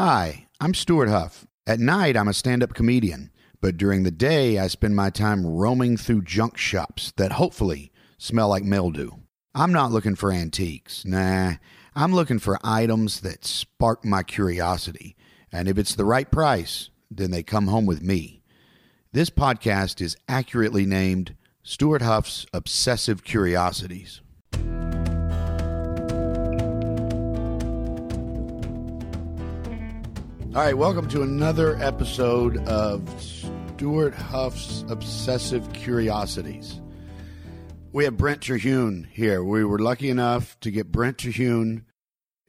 Hi, I'm Stuart Huff. At night, I'm a stand up comedian, but during the day, I spend my time roaming through junk shops that hopefully smell like mildew. I'm not looking for antiques, nah. I'm looking for items that spark my curiosity, and if it's the right price, then they come home with me. This podcast is accurately named Stuart Huff's Obsessive Curiosities. All right, welcome to another episode of Stuart Huff's Obsessive Curiosities. We have Brent Terhune here. We were lucky enough to get Brent Terhune.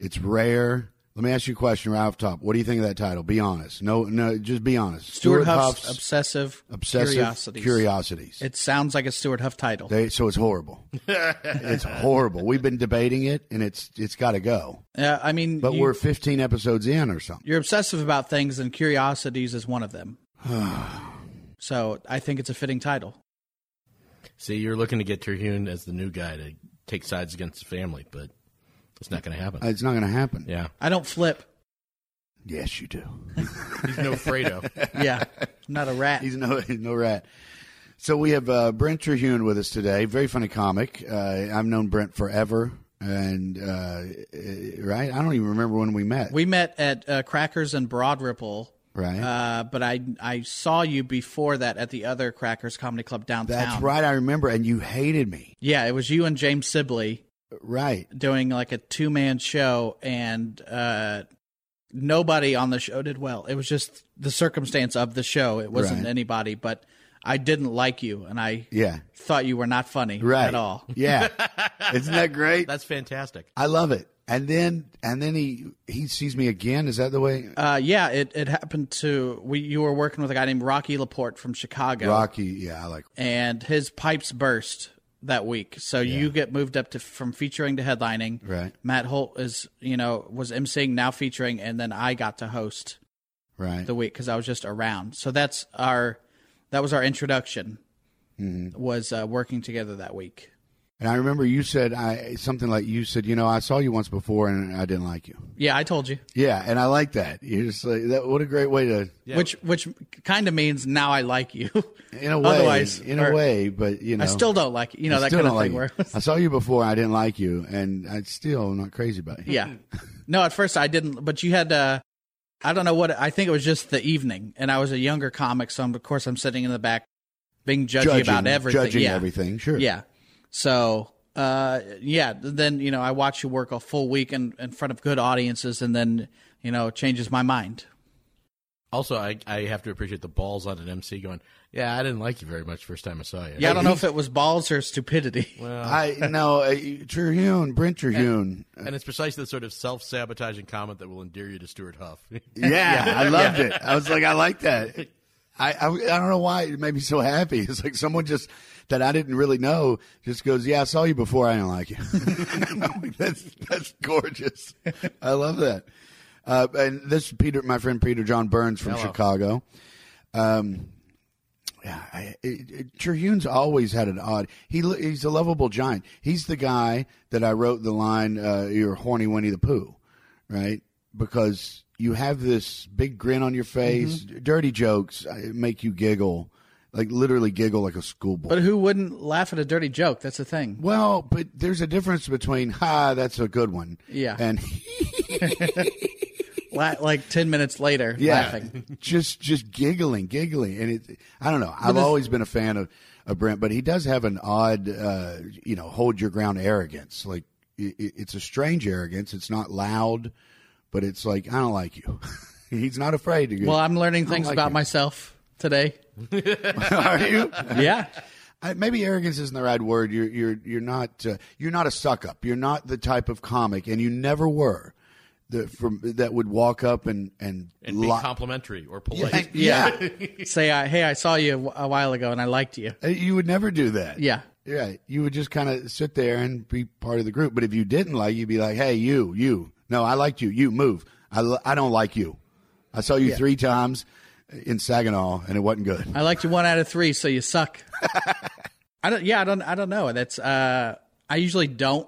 It's rare. Let me ask you a question right off the top. What do you think of that title? Be honest. No, no, just be honest. Stuart, Huff's, obsessive, Obsessive curiosities. Curiosities. It sounds like a Stuart Huff title. They, so it's horrible. it's horrible. We've been debating it, and it's it's got to go. Yeah, I mean, But you, we're 15 episodes in or something. you're obsessive about things, and curiosities is one of them. so I think it's a fitting title. See, you're looking to get Terhune as the new guy to take sides against the family, but it's not going to happen. It's not going to happen. yeah, I don't flip. Yes, you do. he's no Fredo. Yeah, I'm not a rat. He's no he's no rat. So we have uh, Brent Terhune with us today. Very funny comic. Uh, I've known Brent forever, and uh, uh, right, I don't even remember when we met. we met at uh, Crackers and Broad Ripple. right. Uh, but I I saw you before that at the other Crackers Comedy Club downtown. That's right. I remember, and you hated me. Yeah, it was you and James Sibley. Right. doing like a two man show and uh nobody on the show did well. It was just the circumstance of the show. It wasn't Right. anybody, but I didn't like you and I Yeah. thought you were not funny Right. at all. Yeah. Isn't that great? That's fantastic. I love it. And then and then he he sees me again. Is that the way? Uh yeah, it it happened to we you were working with a guy named Rocky Laporte from Chicago Rocky. Yeah, I like. and his pipes burst that week. So you get moved up to from featuring to headlining. Right. Matt Holt is, you know, was emceeing now featuring and then I got to host. Right. the week because I was just around. So that's our that was our introduction. Mm-hmm. Was uh, working together that week. and I remember you said I something like you said. You know, I saw you once before, and I didn't like you. Yeah, I told you. Yeah, and I like that. You're just like that. What a great way to, Which which kind of means now I like you. in a way, Otherwise, in a or- way. But you know, I still don't like you know I that still kind of don't thing. like Where you. I saw you before. I didn't like you, and I still am not crazy about you. yeah, no, at first I didn't, but you had. Uh, I don't know what I think it was just the evening, and I was a younger comic, so I'm, of course I'm sitting in the back, being judgy about everything. judging yeah. everything. Sure. Yeah. So, uh, yeah, then, you know, I watch you work a full week in, in front of good audiences and then, you know, it changes my mind. Also, I, I have to appreciate the balls on an MC going, yeah, I didn't like you very much first time I saw you. Yeah, I don't know if it was balls or stupidity. I no uh, Terhune, Brent Terhune. And it's precisely the sort of self sabotaging comment that will endear you to Stuart Huff. Yeah, I loved it. I was like, I like that. I, I I don't know why it made me so happy. It's like someone just that I didn't really know just goes, "Yeah, I saw you before. I didn't like you." I'm like, that's that's gorgeous. I love that. Uh, and this is Peter, my friend Peter John Burns from Chicago. Um, Yeah, I, it, it, Terhune's always had an odd. He lo- he's a lovable giant. He's the guy that I wrote the line uh, "You're horny Winnie the Pooh," right? Because you have this big grin on your face. Mm-hmm. Dirty jokes uh, make you giggle, like literally giggle like a schoolboy. But who wouldn't laugh at a dirty joke? That's the thing. well, but there's a difference between "Ha, that's a good one," Yeah. and La- like 10 minutes later, yeah, laughing. just just giggling, giggling, and it. I don't know. I've always been a fan of, of Brent, but he does have an odd, uh, you know, hold your ground arrogance. Like it, it- it's a strange arrogance. It's not loud, but it's like I don't like you. He's not afraid to. Go, Well, I'm learning things like about it. myself today. are you? Yeah. I, maybe arrogance isn't the right word. You're you're you're not uh, you're not a suck up. You're not the type of comic, and you never were. That from that would walk up and and, And be li- complimentary or polite. yeah. Say, I, hey, I saw you a wh- a while ago and I liked you. Uh, You would never do that. Yeah. Yeah. You would just kind of sit there and be part of the group. But if you didn't like, you'd be like, hey, you, you. No, I liked you. You move. I, li- I don't like you. I saw you three times in Saginaw and it wasn't good. I liked you one out of three, so you suck. I don't. Yeah, I don't. I don't know. That's. uh I usually don't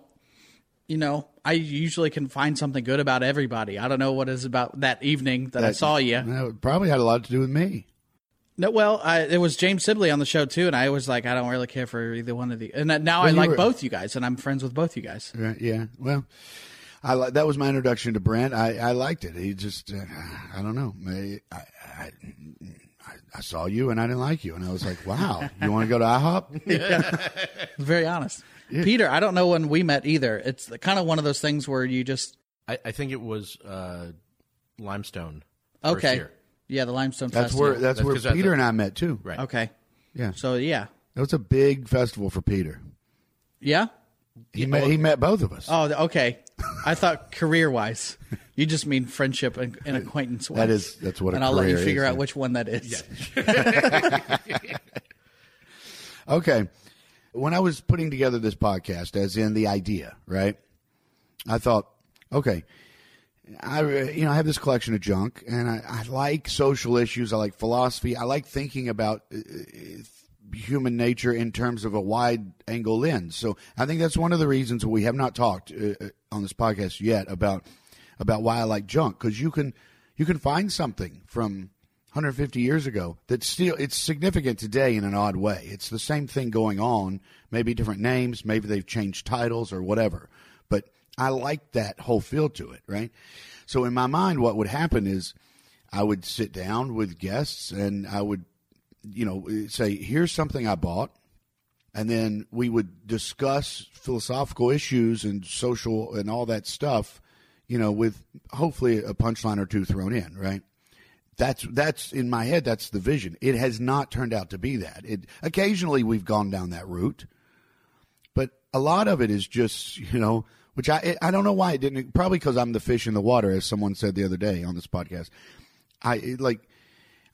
you know, I usually can find something good about everybody. I don't know what is about that evening that, I That- saw you. That probably had a lot to do with me. No, well, I, it was James Sibley on the show too, and I was like, I don't really care for either one of the. And that- now I you like were- both you guys, and I'm friends with both you guys. Right, yeah. Well, I li- that was my introduction to Brent. I, I liked it. He just, uh, I don't know. I, I, I, I saw you and I didn't like you, and I was like, wow, you want to go to IHOP? Very honest, Peter. I don't know when we met either. It's kind of one of those things where you just I, I think it was uh, Limestone. first okay, year. yeah, the limestone That's festival. where that's, That's where 'cause that's Peter a- and I met too. Right. okay, Yeah, so yeah, that was a big festival for Peter. yeah. He met he met both of us. Oh, th- okay. I thought career wise, you just mean friendship and, and acquaintance. That is- that's what a And I'll let you career figure is, out yeah. which one that is. Okay. When I was putting together this podcast, as in the idea, right? I thought, okay, I you know I have this collection of junk, and I, I like social issues. I like philosophy. I like thinking about uh, uh, human nature in terms of a wide angle lens. So I think that's one of the reasons we have not talked uh, uh, on this podcast yet about about why I like junk because you can you can find something from 150 years ago that's still it's significant today in an odd way. It's the same thing going on, maybe different names, maybe they've changed titles or whatever. But I like that whole feel to it, right? So in my mind, what would happen is I would sit down with guests and I would, you know, say, here's something I bought. And then we would discuss philosophical issues and social and all that stuff, you know, with hopefully a punchline or two thrown in, right? That's that's in my head. That's the vision. It has not turned out to be that. It occasionally we've gone down that route, but a lot of it is just you know which i i don't know why it didn't probably because i'm the fish in the water as someone said the other day on this podcast i it, like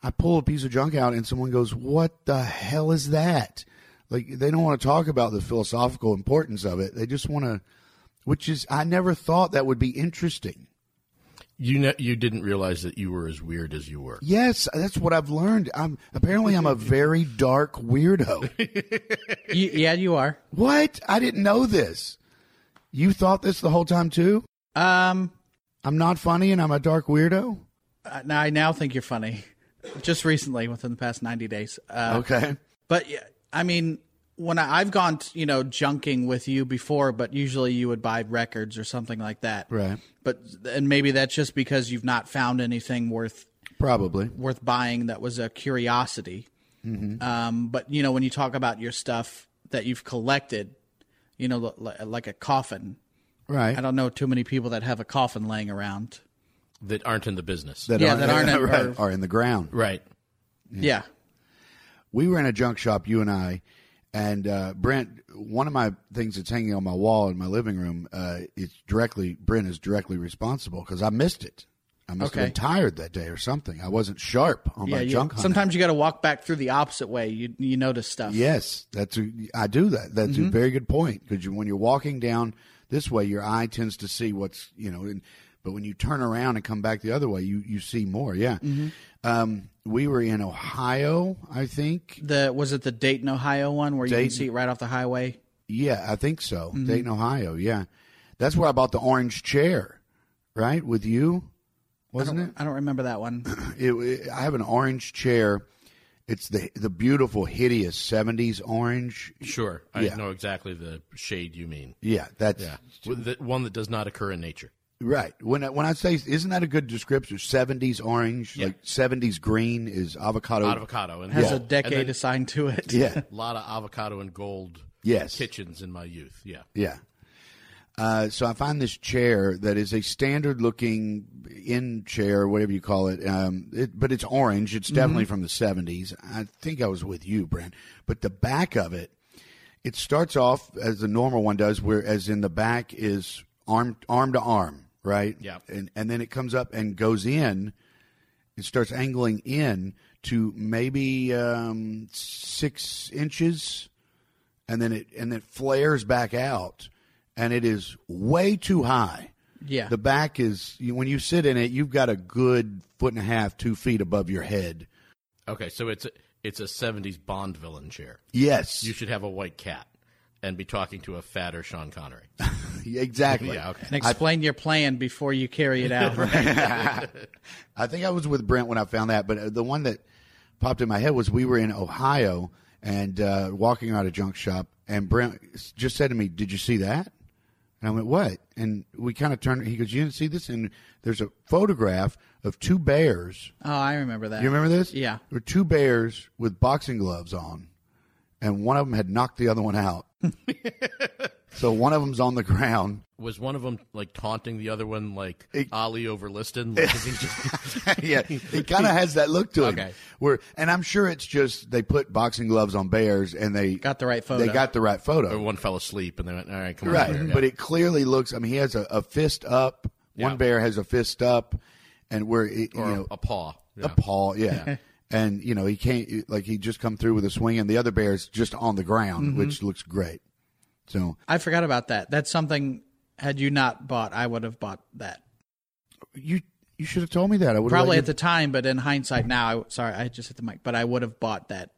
i pull a piece of junk out and someone goes what the hell is that like they don't want to talk about the philosophical importance of it they just want to which is i never thought that would be interesting You know, you didn't realize that you were as weird as you were. yes that's what i've learned i'm apparently i'm a very dark weirdo You, yeah, you are. what i didn't know this you thought this the whole time too Um, i'm not funny and i'm a dark weirdo uh, now I now think you're funny. Just recently, within the past 90 days. Uh, Okay. But yeah, I mean, when I, I've gone, t- you know, junking with you before, but usually you would buy records or something like that. Right. But and maybe that's just because you've not found anything worth Probably. worth buying that was a curiosity. Um, but you know, when you talk about your stuff that you've collected, you know, li- li- like a coffin. I Right. don't know too many people that have a coffin laying around. That aren't in the business. That Yeah, aren't, that aren't in- right, or- are in the ground. right. yeah. We were in a junk shop, you and I, and uh, Brent. One of my things that's hanging on my wall in my living room uh, is directly Brent is directly responsible because I missed it. I must Okay. have been tired that day or something. I wasn't sharp on Yeah, my you- junk. hunt. sometimes you got to walk back through the opposite way. You you notice stuff. Yes, that's a, I do that. That's a very good point because you, when you're walking down this way, your eye tends to see what's you know. And, but when you turn around and come back the other way, you you see more. Yeah. Um, we were in Ohio, I think. The was it the Dayton, Ohio one where you can Dayton. see it right off the highway? Yeah, I think so. Dayton, Ohio. Yeah, that's where I bought the orange chair, right? With you, wasn't it? I don't remember that one. it, it- I have an orange chair. It's the the beautiful, hideous '70s orange. Sure. I Yeah. know exactly the shade you mean. Yeah, that's Yeah. With The one that does not occur in nature. Right. When I, when I say, isn't that a good descriptor? Seventies orange, like seventies green is avocado. Avocado and Has gold. a decade And then assigned to it. yeah. a lot of avocado and gold Yes. kitchens in my youth. Yeah. Yeah. Uh, so I find this chair that is a standard looking in chair, whatever you call it. Um, it but it's orange. It's definitely from the 70s. I think I was with you, Brent. But the back of it, it starts off as the normal one does, where as in the back is arm, arm to arm, right? Yeah. And, and then it comes up and goes in. It starts angling in to maybe um, six inches and then it and then flares back out and it is way too high Yeah. the back is you- when you sit in it you've got a good foot and a half two feet above your head Okay. So it's a, it's a 70s Bond villain chair. yes You should have a white cat and be talking to a fatter Sean Connery. exactly. Yeah, okay. And explain your plan before you carry it out. I think I was with Brent when I found that, but uh, the one that popped in my head was we were in Ohio and uh, walking out a junk shop, and Brent s- just said to me, "Did you see that?" And I went, "What?" And we kind of turned. He goes, "You didn't see this?" And there's a photograph of two bears. Oh, I remember that. You remember this? Yeah. There were two bears with boxing gloves on, and one of them had knocked the other one out. so one of them's on the ground. Was one of them like taunting the other one, like Ali over Liston? Like, is he just- yeah, it kind of has that look to it. Okay. Where, and I'm sure it's just they put boxing gloves on bears and they Got the right photo. They got the right or photo, one fell asleep and they went, "All right, come right? on." here." But it clearly looks. I mean, he has a, a fist up. One Yeah. bear has a fist up, and where it, you or know a, a paw. a Yeah. paw, yeah. and you know he can't like he just come through with a swing, and the other bear is just on the ground, which looks great. So I forgot about that. That's something. Had you not bought, I would have bought that. you you should have told me that. I would Probably at the time, but in hindsight now, I, sorry, I just hit the mic, but I would have bought that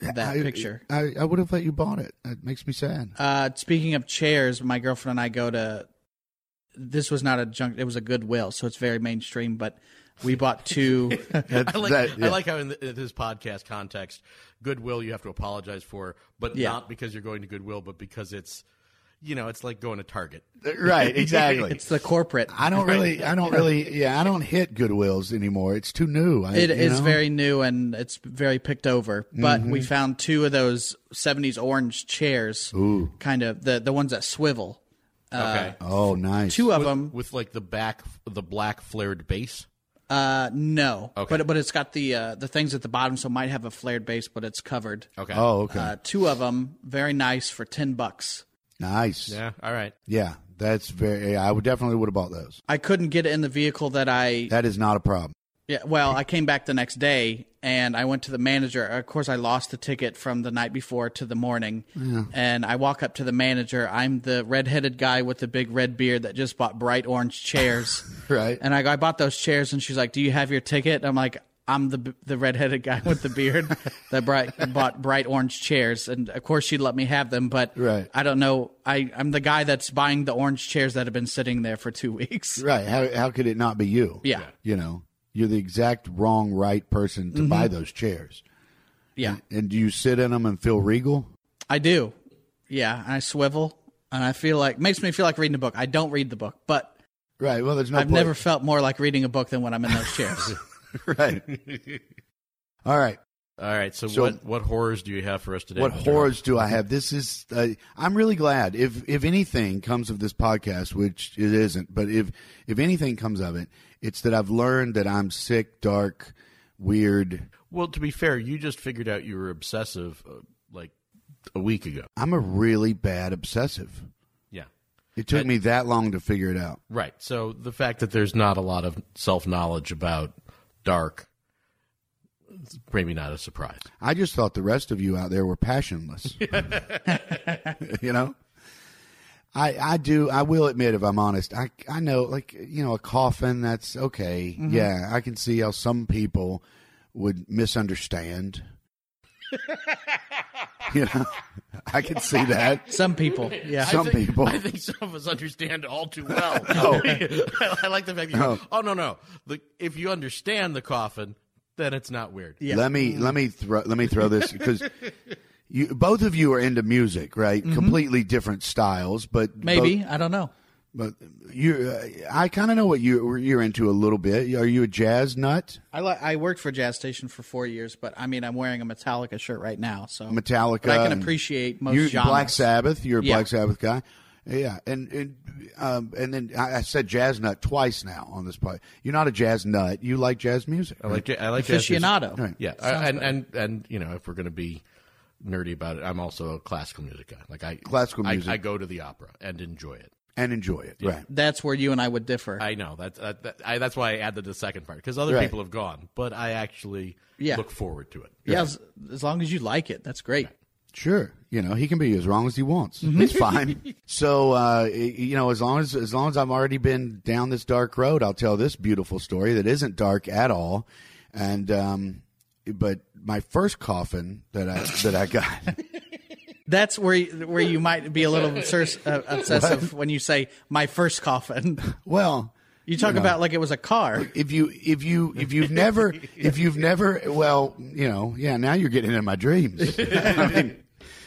that picture. I, I would have let you bought it. That makes me sad. Uh, speaking of chairs, my girlfriend and I go to. This was not a junk. It was a Goodwill, so it's very mainstream. But we bought two. I like, That- yeah. I like how in, the, in this podcast context, Goodwill you have to apologize for, but Yeah. not because you're going to Goodwill, but because it's, you know, it's like going to Target. right, exactly. it's the corporate. I don't really, I don't really, yeah, I don't hit Goodwills anymore. It's too new. I, It you is know? Mm-hmm. very new and it's very picked over. But we found two of those '70s orange chairs, kind of the the ones that swivel. Okay. Oh, nice. Two of them. With like the back, the black flared base. Uh, no. Okay. But but it's got the uh, the things at the bottom, so it might have a flared base, but it's covered. Okay. Oh, okay. Uh, two of them, very nice for ten bucks. nice. Yeah. Yeah. All right. that's very. yeah, I would definitely would have bought those. I couldn't get it in the vehicle that I. That is not a problem. Yeah, well, I came back the next day and I went to the manager. Of course, I lost the ticket from the night before to the morning. And I walk up to the manager. I'm the redheaded guy with the big red beard that just bought bright orange chairs. Right. And I go, I bought those chairs. And she's like, Do you have your ticket? I'm like, I'm the the redheaded guy with the beard that bright, bought bright orange chairs, and of course she let me have them. But Right. I don't know. I I'm the guy that's buying the orange chairs that have been sitting there for two weeks. Right. How how could it not be you? Yeah. Yeah. You know, you're the exact wrong right person to Mm-hmm. buy those chairs. Yeah, And do you sit in them and feel regal? I do. Yeah, and I swivel, and I feel like makes me feel like reading a book. I don't read the book, but Right. Well, there's no. I've point. never felt more like reading a book than when I'm in those chairs. right. All right. All right. So, So- what what horrors do you have for us today? What Mr. horrors do I have? This is. Uh, I'm really glad if if anything comes of this podcast, which it isn't, but if if anything comes of it, it's that I've learned that I'm sick, dark, weird. Rob? Well, to be fair, you just figured out you were obsessive uh, like a week ago. I'm a really bad obsessive. Yeah. It took me that long to figure it out. Right. So the fact that there's not a lot of self knowledge about dark, it's maybe not a surprise. I just thought the rest of you out there were passionless. you know? I I do I will admit if I'm honest, I I know like you know, a coffin, that's okay. Mm-hmm. Yeah, I can see how some people would misunderstand. you know? I can see that. Some people, yeah, Some people I think some of us understand all too well. Oh. I, I like the fact that you go, Oh. oh, no, no. The, if you understand the coffin, then it's not weird. yeah. Let me let me throw let me throw this because you both of you are into music, right? Completely different styles, but Mm-hmm. maybe I don't know. But you, uh, I kind of know what you you're into a little bit. Are you a jazz nut? I li- I worked for Jazz Station for four years, but I mean I'm wearing a Metallica shirt right now, so Metallica But I can and- appreciate most You genres. Black Sabbath. You're a Yeah. Black Sabbath guy. Yeah, and and um, and then I, I said jazz nut twice now on this part. You're not a jazz nut. You like jazz music. Oh. I like, ja- I like jazz music. aficionado. Yeah, I, and, and and you know, if we're going to be nerdy about it, I'm also a classical music guy. Like I Classical I- music. I, go to the opera and enjoy it. and enjoy it. Right. That's where you and I would differ. I know that's that, that, I, that's why I added the second part because other Right. people have gone, but I actually Yeah. look forward to it. yeah, as, as long as you like it, that's great. Sure. You know, he can be as wrong as he wants. It's fine. So, uh, y- you know, as long as as long as I've already been down this dark road, I'll tell this beautiful story that isn't dark at all. And um, but my first coffin that I that I got That's where you- where you might be a little obsess- uh, obsessive when you say my first coffin. Well, You talk about like it was a car. if you if you if you've never if you've never well you know yeah now you're getting into my dreams I mean,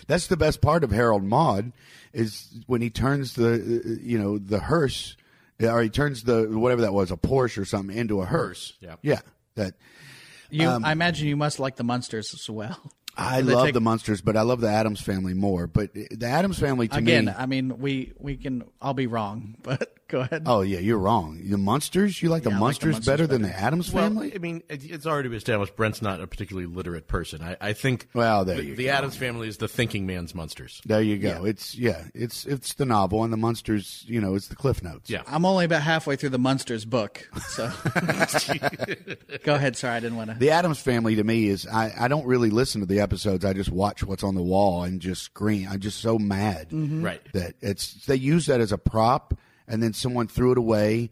that's the best part of harold maud is when he turns the uh, you know the hearse or he turns the whatever that was a porsche or something into a hearse Yeah. yeah that You, I imagine you must like the Munsters as well. Um, i love take- the monsters but i love the adams family more but the adams family to Again, uh, me I mean, we we can. I'll be wrong, but go ahead. oh yeah you're wrong the monsters you like the Yeah, I like the monsters Munsters better than the adams family Well, I mean, it, it's already been established Brent's not a particularly literate person. I, I think Well, there the, you the go. Adams family is the thinking man's monsters. there you go. It's yeah. It's it's the novel and the monsters. You know, it's the cliff notes. Yeah. I'm only about halfway through the Munsters book, so go ahead. Sorry, I didn't want to. The Adams Family to me is I, I don't really listen to the episodes. I just watch what's on the wall and just scream. I'm just so mad Right. that it's Mm-hmm. they use that as a prop and then someone threw it away.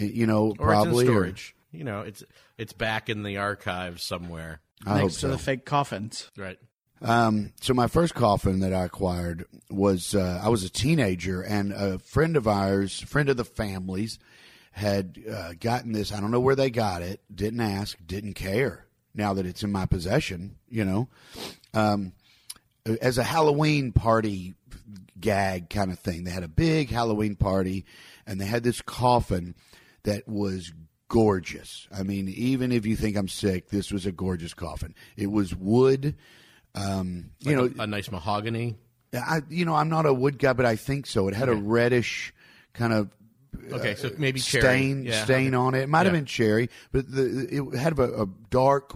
uh, You know, Or it's in probably or- storage. You know, it's it's back in the archives somewhere. I hope next to so. the fake coffins. Right. Um, so my first coffin that I acquired was uh, I was a teenager, and a friend of ours, friend of the family's, had uh, gotten this. I don't know where they got it. Didn't ask. Didn't care. Now that it's in my possession, you know, um, as a Halloween party gag kind of thing. They had a big Halloween party, and they had this coffin that was gorgeous. I mean, even if you think I'm sick, this was a gorgeous coffin. It was wood. Um, you know, A nice mahogany. I you know I'm not a wood guy, but I think so. It had a reddish kind of uh, Okay, so maybe cherry. stain Yeah. stain on it. It might have Yeah. been cherry, but the, it had a, a dark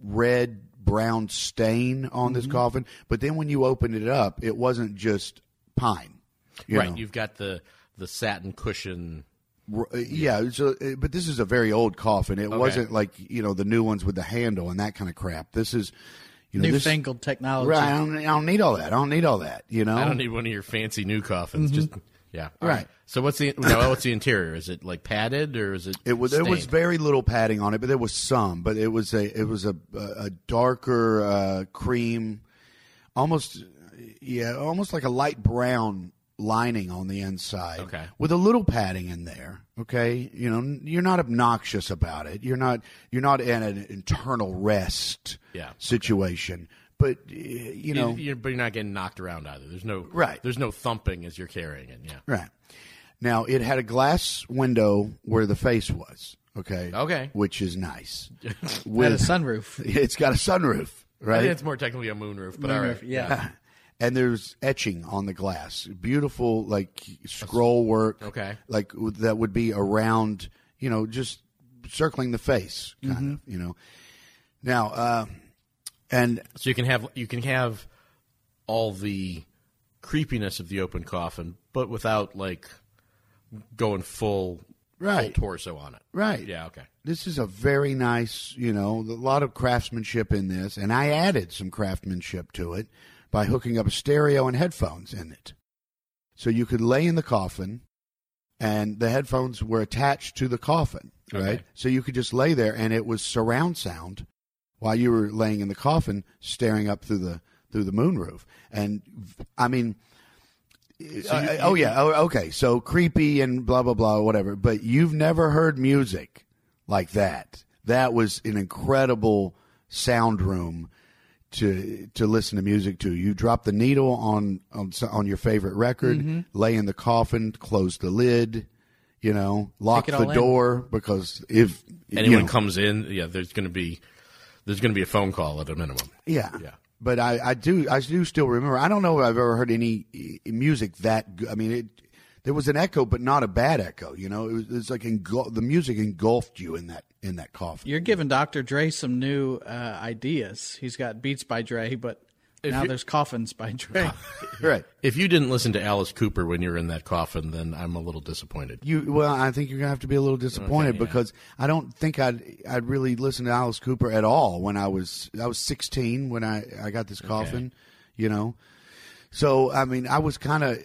red brown stain on Mm-hmm. this coffin. But then when you opened it up, it wasn't just pine. You right. know? You've got the the satin cushion. R- uh, yeah. So, uh, but this is a very old coffin. It wasn't like you know the new ones with the handle and that kind of crap. This is. You know, this, Newfangled technology. right, I don't, I don't need all that. I don't need all that. You know, I don't need one of your fancy new coffins. Just yeah. All Oh. Mm-hmm. Right. So what's the now, what's the interior? Is it like padded or is it? It was there was stained? very little padding on it, but there was some. But it was a it was a a darker uh, cream, almost yeah, almost like a light brown lining on the inside. Okay. with a little padding in there. Okay, you know n- you're not obnoxious about it. You're not you're not in an internal rest Yeah, okay. situation. But uh, you You- know you're- but you're not getting knocked around either. There's no Right. There's no thumping as you're carrying it. Yeah. Right. Now it had a glass window where the face was. Okay. Okay. Which is nice. Had a With sunroof. it's got a sunroof, I think right? it's more technically a moonroof, but all Sunroof, right. Yeah. And there's etching on the glass, beautiful like scroll work, Okay. like w- that would be around, you know, just circling the face, kind of, you know. Now, uh, and So you can have you can have all the creepiness of the open coffin, but without like going full Right. full torso on it. Right. Yeah. Okay. this is a very nice, you know, a lot of craftsmanship in this, and I added some craftsmanship to it by hooking up a stereo and headphones in it. So you could lay in the coffin, and the headphones were attached to the coffin, Okay. right? So you could just lay there, and it was surround sound while you were laying in the coffin, staring up through the through the moonroof. And I mean, uh, oh yeah, oh, okay. So creepy and blah blah blah, whatever. But you've never heard music like that. That was an incredible sound room to to listen to music to. You drop the needle on on s- on your favorite record, Mm-hmm. lay in the coffin, close the lid, you know, lock Take it the all in. door because if you Anyone know- comes in, yeah. There's going to be there's going to be a phone call at a minimum. Yeah. Yeah. But I, I do I do still remember. I don't know if I've ever heard any eh, music that good. I mean, it there was an echo, but not a bad echo. You know, it was it's like engul- the music engulfed you in that in that coffin. You're giving Dr. Dre some new uh, ideas. He's got Beats by Dre, but now there's coffins by Dre. Right. If you didn't listen to Alice Cooper when you were in that coffin, then I'm a little disappointed. You well, I think you're gonna have to be a little disappointed Okay, yeah. because I don't think I'd I'd really listen to Alice Cooper at all when I was I was 16 when I I got this coffin, you know. So I mean, I was kind of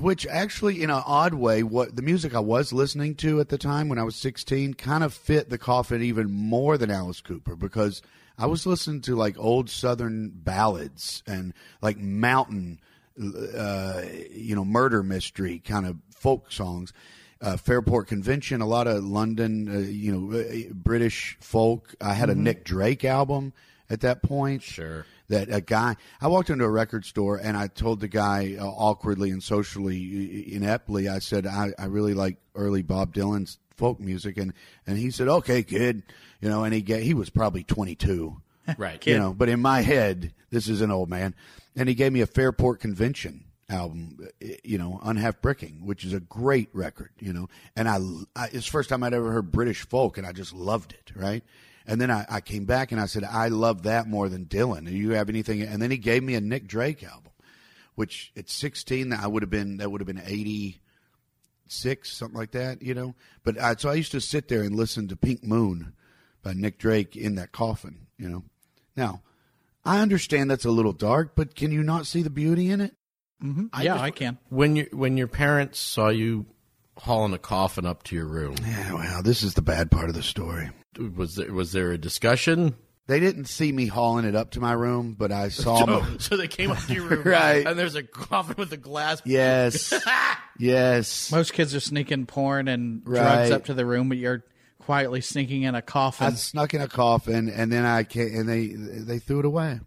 which actually in an odd way what the music I was listening to at the time when I was 16 kind of fit the coffin even more than Alice Cooper because I was listening to like old southern ballads and like mountain uh, you know, murder mystery kind of folk songs. Uh, Fairport Convention, a lot of London, uh, you know, uh, British folk. I had a Nick Drake album at that point. Sure. That a guy, I walked into a record store and I told the guy uh, awkwardly and socially ineptly, I said, I, I really like early Bob Dylan's folk music. And, and he said, okay, kid. You know, and he, ga- he was probably 22 Right. you know but in my head this is an old man and he gave me a fairport convention album eh, you know unhalf bricking which is a great record you know and i, I it's the first time i'd ever heard british folk and i just loved it right and then I, I came back and i said i love that more than dylan do you have anything and then he gave me a nick drake album which at 16 that i would have been that would have been 80 six, something like that, you know. But I, so I used to sit there and listen to Pink Moon by Nick Drake in that coffin, you know. Now, I understand that's a little dark, but can you not see the beauty in it? yeah, just- I can. When you when your parents saw you hauling a coffin up to your room, Yeah, Eh, well, this is the bad part of the story. was there was there a discussion? They didn't see me hauling it up to my room, but I saw my, Oh, so they came up to your room, Right. And there's a coffin with a glass. yes, yes. Most kids are sneaking porn and Right. drugs up to the room, but you're quietly sneaking in a I coffin. snuck in a coffin, and then I came, and they they threw it away.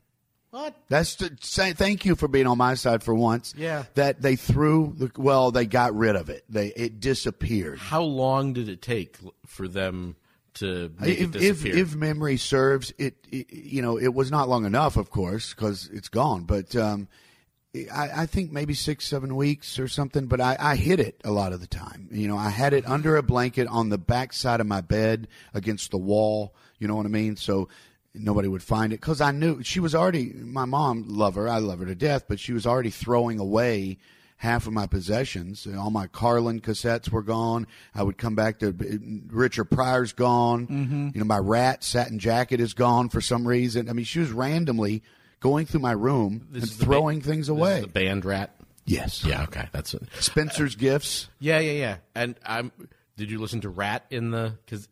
What? That's the, say, thank you for being on my side for once. Yeah. That they threw the well, they got rid of it. They it disappeared. How long did it take for them to make it If, if disappear? if memory serves, it, it you know it was not long enough, of course, because it's gone. But um, I, I think maybe six seven weeks or something. But I, I hid it a lot of the time. You know, I had it under a blanket on the back side of my bed against the wall. You know what I mean? So nobody would find it because I knew she was already my mom. Love her, I love her to death, but she was already throwing away half of my possessions. All my Carlin cassettes were gone. I would come back to Richard Pryor's gone. Mm-hmm. You know, my rat satin jacket is gone for some reason. I mean, she was randomly going through my room and is the throwing things away. the band rat. yes. Yeah. Okay. That's it. Spencer's gifts. Yeah, yeah, yeah. And I'm. Did you listen to Rat in the? Because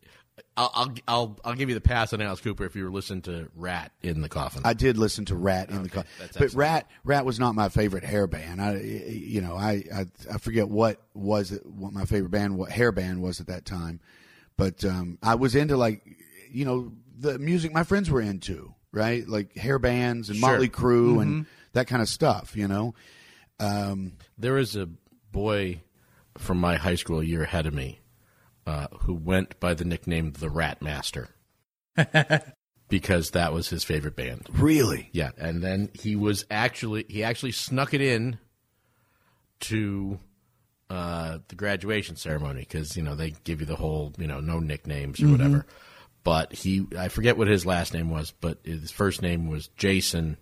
I'll, I'll I'll I'll give you the pass on Alice Cooper if you were listening to Rat in the coffin. I did listen to Rat in the car, but Rat Rat was not my favorite hair band. I, you know, I, I I forget what was it, what my favorite band, what hair band was at that time, but um, I was into like, you know, the music my friends were into, right? Like hair bands and Motley Crue Mm-hmm. and that kind of stuff, you know. there was a boy from my high school a year ahead of me uh, who went by the nickname the Rat Master because that was his favorite band. Really? Yeah, and then he was actually he actually snuck it in to uh, the graduation ceremony because you know they give you the whole you know no nicknames or whatever. But he I forget what his last name was, but his first name was Jason,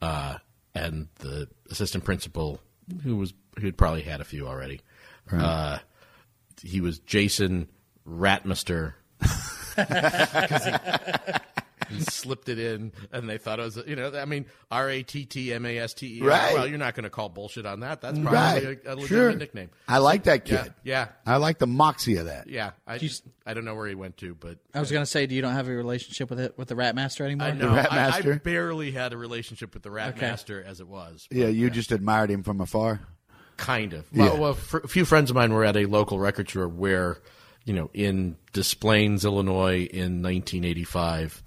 uh, and the assistant principal who was who'd probably had a few already. Uh, he was Jason Ratmister and slipped it in, and they thought it was, you know, I mean, R A T T M A S T E. Right. Well, you're not going to call bullshit on that. That's probably Right. a, a legitimate sure. nickname. I like that Yeah, kid. yeah, I like the moxie of that. yeah. I just, I don't know where he went to, but I was gonna say, do you don't have a relationship with it with the Rat Master anymore? I know Rat I- I, Master? barely had a relationship with the Rat Master as it was, Yeah, you just admired him from afar. kind of. Well, Yeah. well fr- a few friends of mine were at a local record store where. You know, in Des Plaines, Illinois, in 1985,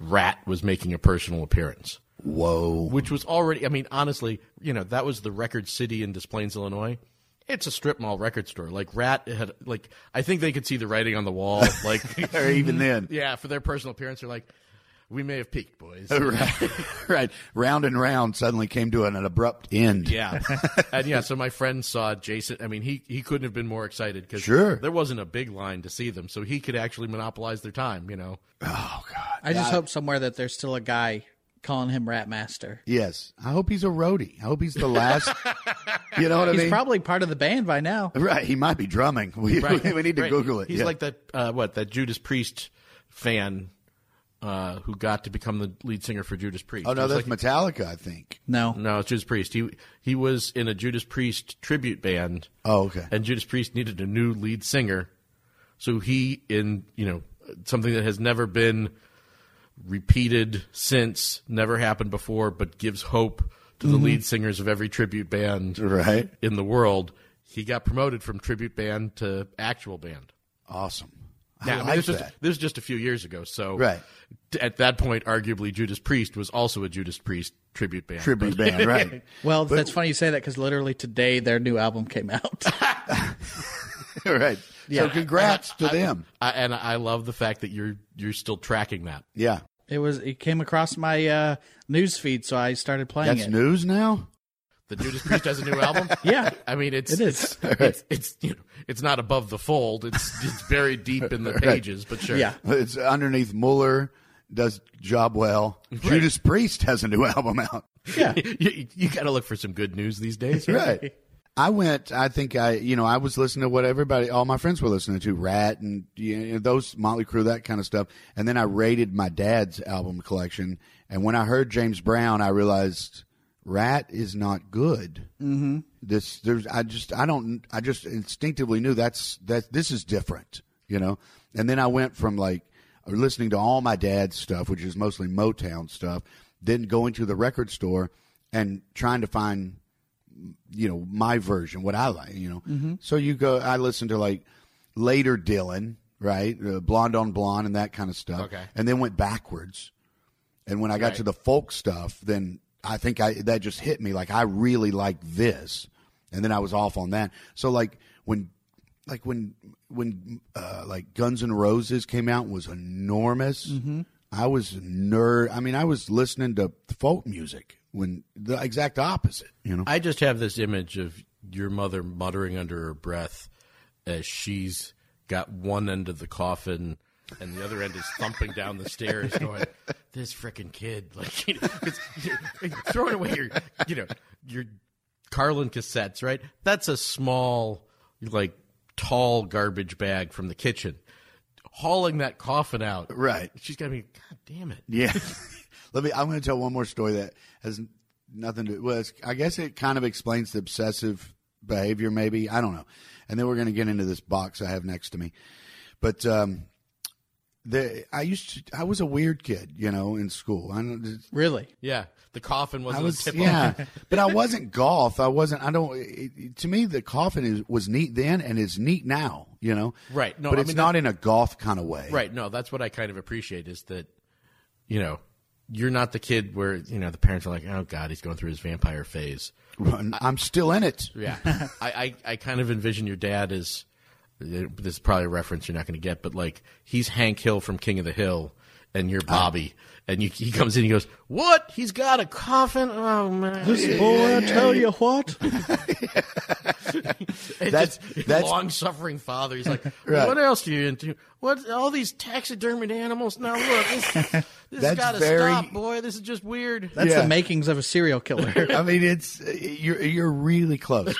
Rat was making a personal appearance. Whoa. which was already i mean honestly you know that was the record city in des plaines illinois it's a strip mall record store like rat had like i think they could see the writing on the wall like Or even then. Mm-hmm. yeah for their personal appearance they're like we may have peaked boys right. right. Round and round suddenly came to an, an abrupt end. yeah and yeah so my friend saw jason i mean he he couldn't have been more excited because Sure. there wasn't a big line to see them so he could actually monopolize their time you know Oh God. I just hope somewhere that there's still a guy calling him Rat Master. Yes. I hope he's a roadie. I hope he's the last. you know what I He's mean? probably part of the band by now. right. He might be drumming. We, Right. we need to Right. Google it. He's Yeah. like that uh, what that Judas Priest fan uh, who got to become the lead singer for Judas Priest. oh no, He's that's Metallica, I think. No, like- no, it's Judas Priest. He he was in a Judas Priest tribute band, Oh okay. and Judas Priest needed a new lead singer, so he in you know something that has never been repeated since, never happened before, but gives hope to Mm-hmm. the lead singers of every tribute band Right. in the world. He got promoted from tribute band to actual band. Awesome. Now, I I mean, like this, Is, that. this is just a few years ago. So Right. t- at that point, arguably Judas Priest was also a Judas Priest tribute band. Tribute band, right? Well, that's funny you say that because literally today their new album came out. right. So congrats to them. I, and I love the fact that you're you're still tracking that. Yeah. it was it came across my uh, news feed, so I started playing That's it. news now? The Judas Priest has a new album. Yeah. I mean it's It is. it's it's, it's, you know it's not above the fold. It's it's buried deep in the pages, but sure. Yeah. It's underneath Mueller does job well. Judas Priest has a new album out. Yeah. you, you got to look for some good news these days, Right. I went. I think I, you know, I was listening to what everybody, all my friends were listening to, Rat and you know, those Motley Crue, that kind of stuff. And then I rated my dad's album collection. And when I heard James Brown, I realized Rat is not good. Mm-hmm. This, there's, I just, I don't, I just instinctively knew that's that. This is different, you know. And then I went from like listening to all my dad's stuff, which is mostly Motown stuff, then going to the record store and trying to find you know my version, what I like. You know, so you go. I listen to like later Dylan, right, uh, Blonde on Blonde, and that kind of stuff. Okay. and then went backwards. And when I got Right. to the folk stuff, then I think I that just hit me like I really like this, and then I was off on that. So like when like when when uh, like Guns N' Roses came out and was enormous. I was nerd. I mean, I was listening to folk music when the exact opposite. You know, I just have this image of your mother muttering under her breath as she's got one end of the coffin and the other end is thumping down the stairs, going, "This freaking kid!" Like you know, 'cause you're throwing away your, you know, your Carlin cassettes, right? That's a small, like tall garbage bag from the kitchen. Hauling that coffin out, Right. She's gonna be, God damn it! Yeah. Let me. I'm going to tell one more story that has nothing to. Well, it's, I guess it kind of explains the obsessive behavior. Maybe I don't know. And then we're going to get into this box I have next to me. But um, the I used to. I was a weird kid, you know, in school. I don't, Really? Yeah, the coffin I wasn't was, a tip yeah, but I wasn't golf. I wasn't. I don't. It, it- to me, the coffin is, was neat then and is neat now. You know, Right. No, but I it's mean, not in a golf kind of way. Right. No, that's what I kind of appreciate is that, you know, you're not the kid where, you know, the parents are like, oh, God, he's going through his vampire phase. I'm still in it. Yeah. I, I, I kind of envision your dad as this is probably a reference you're not going to get, but like he's Hank Hill from King of the Hill and Uh-huh. you're Bobby. and you, he comes in and he goes, what? He's got a coffin? Oh, man. Boy, I tell you what. That's- that's that's- long suffering father. He's like, Right. what else are you into? What all these taxidermied animals? Now look, this, this That's has got to very- stop, boy. This is just weird. That's Yeah. the makings of a serial killer. I mean, it's you're you're really close.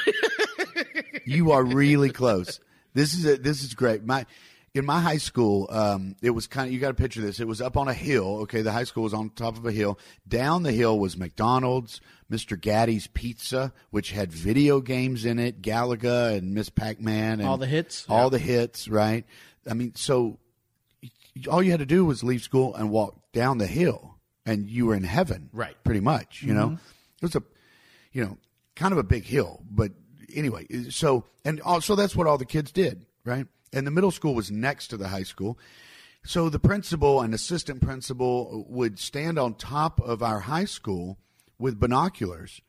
you are really close. This is a, this is great. My in my high school, um, it was kind of you got to picture this. It was up on a hill. Okay, the high school was on top of a hill. Down the hill was McDonald's, Mr. Gaddy's Pizza, which had video games in it, Galaga and Miss Pac Man, and All the hits. all the hits. Right. I mean, so all you had to do was leave school and walk down the hill and you were in heaven Right. pretty much you know it was a you know kind of a big hill but anyway so and also that's what all the kids did right and the middle school was next to the high school so the principal and assistant principal would stand on top of our high school with binoculars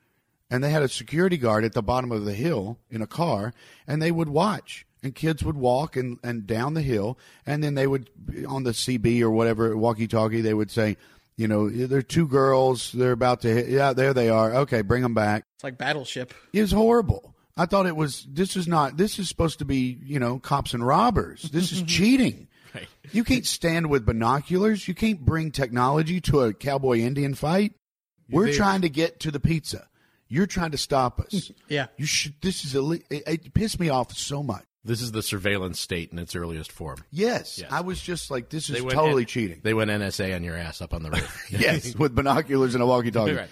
and they had a security guard at the bottom of the hill in a car and they would watch and kids would walk and, and down the hill and then they would on the cb or whatever walkie talkie they would say you know there are two girls they're about to hit yeah there they are okay bring them back It's like Battleship. it was horrible i thought it was this is not this is supposed to be you know cops and robbers this is cheating Right. you can't stand with binoculars you can't bring technology to a cowboy indian fight we're think- trying to get to the pizza you're trying to stop us Yeah. you should. This is a. It, it pissed me off so much. This is the surveillance state in its earliest form. Yes, Yes. I was just like, this is totally N- cheating. They went NSA on your ass up on the roof. yes, with binoculars and a walkie-talkie. Right.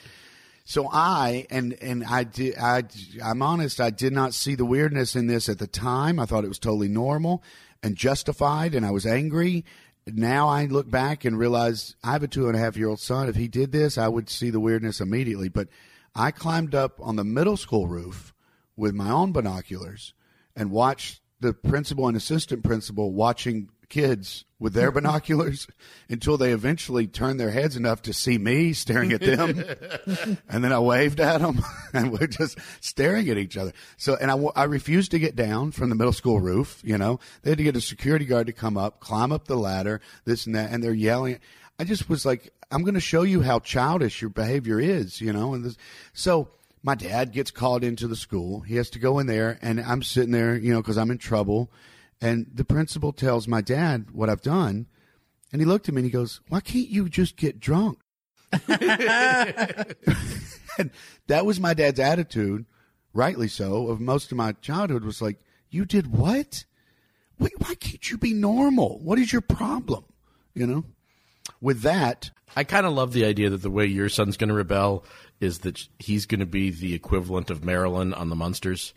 So I and and I did. I I'm honest. I did not see the weirdness in this at the time. I thought it was totally normal and justified, and I was angry. Now I look back and realize I have a two and a half year old son. If he did this, I would see the weirdness immediately. But I climbed up on the middle school roof with my own binoculars and watched the principal and assistant principal watching kids with their binoculars until they eventually turned their heads enough to see me staring at them. and then I waved at them and we're just staring at each other. So, and I, wa- I refused to get down from the middle school roof. You know, they had to get a security guard to come up, climb up the ladder, this and that. And they're yelling. I just was like, I'm going to show you how childish your behavior is, you know, and this. So, my dad gets called into the school. He has to go in there, and I'm sitting there, you know, because I'm in trouble. And the principal tells my dad what I've done, and he looked at me and he goes, "Why can't you just get drunk?" and that was my dad's attitude, rightly so, of most of my childhood was like, "You did what? Wait, why can't you be normal? What is your problem?" You know. With that, I kind of love the idea that the way your son's going to rebel is that he's going to be the equivalent of Marilyn on the Munsters.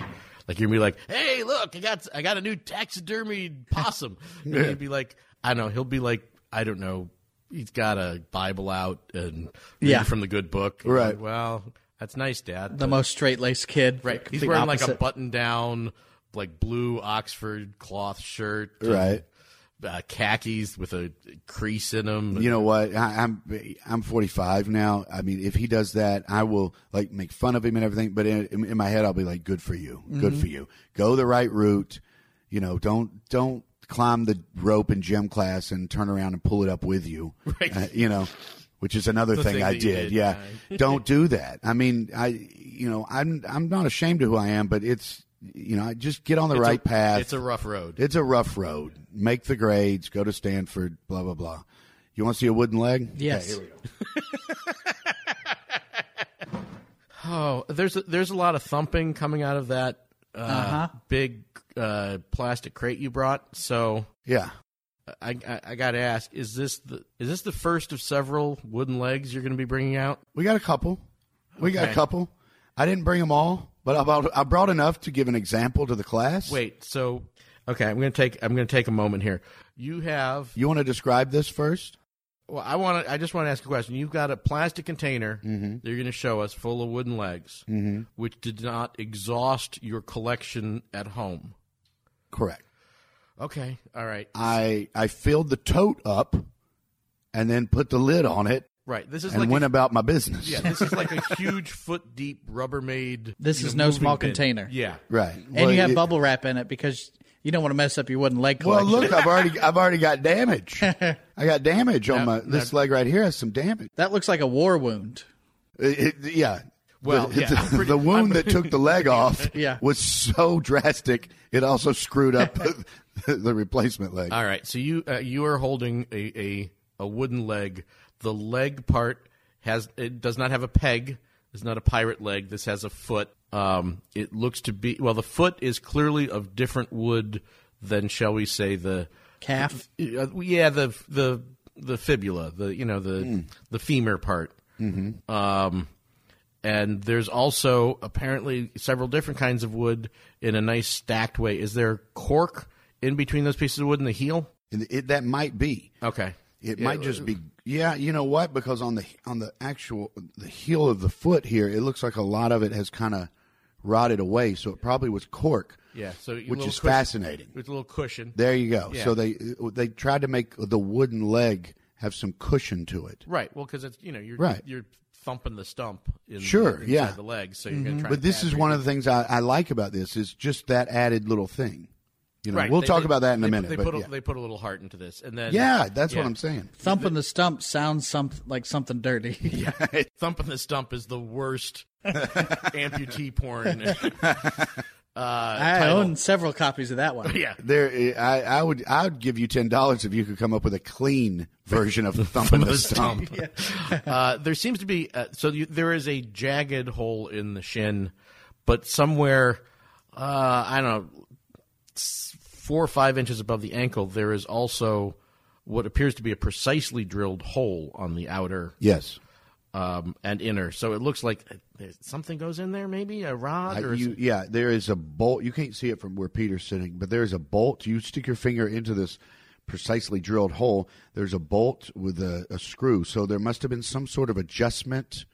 Like you're gonna be like, "Hey, look, I got I got a new taxidermy possum," and he'd be like, "I don't know." He'll be like, "I don't know." He's got a Bible out and reading Yeah. from the good book. Right. Like, well, that's nice, Dad. the most straight laced kid. right. He's complete wearing like a opposite. button down, like blue Oxford cloth shirt, right. Uh, khakis with a crease in them. You know what? I, I'm I'm 45 now. I mean, if he does that, I will like make fun of him and everything. But in, in my head, I'll be like, "Good for you. Good Mm-hmm. for you. Go the right route. You know, don't don't climb the rope in gym class and turn around and pull it up with you. Right. Uh, you know, which is another The thing, thing I that you did. did, Yeah. don't do that. I mean, I you know, I'm I'm not ashamed of who I am, but it's you know, I just get on the It's a- right path. It's a rough road. It's a rough road. Make the grades. Go to Stanford. Blah blah blah. You want to see a wooden leg? Yes. Oh, there's a, there's a lot of thumping coming out of that uh, Uh-huh. big uh, plastic crate you brought. So Yeah. I, I I gotta ask, is this the is this the first of several wooden legs you're gonna be bringing out? We got a couple. We got a Okay. couple. I didn't bring them all, but I brought, I brought enough to give an example to the class. Wait, so okay, I'm gonna take I'm gonna take a moment here. You have You want to describe this first? well, I want to I just want to ask a question. You've got a plastic container that you're gonna show us full of wooden legs, which did not exhaust your collection at home. Correct. Okay, all right. I I filled the tote up, and then put the lid on it Right. This is and like a went about my business. Yeah, this is like a huge foot deep Rubbermaid. This you is know, no moving small bin. container. Yeah, Right. And you have bubble wrap in it because you don't want to mess up your wooden leg Well, collection. look, I've already I've already got damage. I got damage on my this leg right here has some damage. that looks like a war wound. It, it- yeah. Well, the, yeah, the- I'm pretty- the wound that took the leg off Yeah. was so drastic, it also screwed up the replacement leg. All right. So you uh, you are holding a, a a wooden leg. The leg part has it does not have a peg. It's not a pirate leg. This has a foot. Um, it looks to be well. The foot is clearly of different wood than, shall we say, the Calf. uh, yeah the the the fibula the you know the Mm. the femur part mm-hmm. um and there's also apparently several different kinds of wood in a nice stacked way is there cork in between those pieces of wood and the heel And it, that might be. okay It might uh, just be. Yeah, you know what? Because on the on the actual the heel of the foot here, it looks like a lot of it has kind of rotted away. So it probably was cork. yeah so you- which little is cushion- fascinating. with a little cushion There you go. Yeah. So they they tried to make the wooden leg have some cushion to it. right well because it's you know you're Right. you're thumping the stump in Sure, yeah. the, Mm-hmm. inside the leg so you're gonna try But to this add is your- one of the things I, I like about this is just that added little thing. You know, Right, we'll they- talk they- about that in they a put- minute. they but put a, yeah. they put a little heart into this and then Yeah, that's what Yeah. I'm saying. Thumping the stump sounds some, like something dirty. Yeah. thumping the stump is the worst amputee porn. I own several copies of that one. yeah. There, I, I would, I would give you ten dollars if you could come up with a clean version of thumping the stump. Uh, there seems to be uh, so you, there is a jagged hole in the shin, but somewhere uh, I don't know s- four or five inches above the ankle there is also what appears to be a precisely drilled hole on the outer Yes, um, and inner. So it looks like uh, there's- something goes in there, maybe a rod I- or Uh, you, yeah. There is a bolt. You can't see it from where Peter's sitting, but there is a bolt. You stick your finger into this precisely drilled hole. There's a bolt with a, a screw. So there must have been some sort of adjustment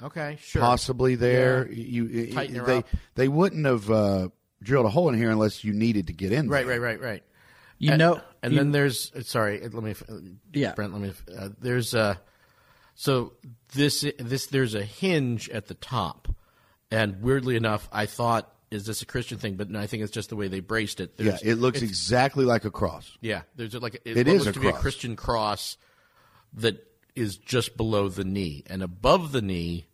Okay, sure. possibly there. You it- Tighten her they up. they wouldn't have uh, drilled a hole in here unless you needed to get in. Right, there. right, right, right. You And- know, and you- then there's uh, sorry. Let me, Yeah. Brent. Let me. Uh, there's uh, so this this there's a hinge at the top, and weirdly enough, I thought is this a Christian thing, but no, I think it's just the way they braced it. There's, Yeah, it looks exactly like a cross. yeah, there's like it, It what is looks a to be cross. a Christian cross that is just below the knee, and above the knee,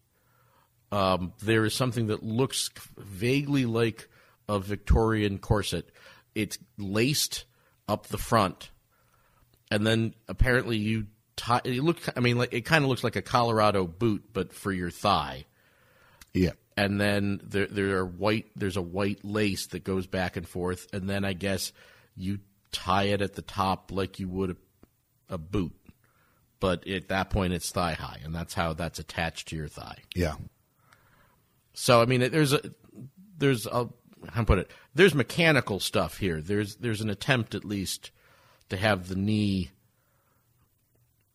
um, there is something that looks vaguely like a Victorian corset. It's laced up the front, and then apparently you tie. It look, I mean, like it kind of looks like a Colorado boot, but for your thigh Yeah. and then there there are white there's a white lace that goes back and forth and then i guess you tie it at the top like you would a, a boot but at that point it's thigh high and that's how that's attached to your thigh Yeah. so i mean there's a there's a how to put it there's mechanical stuff here there's there's an attempt at least to have the knee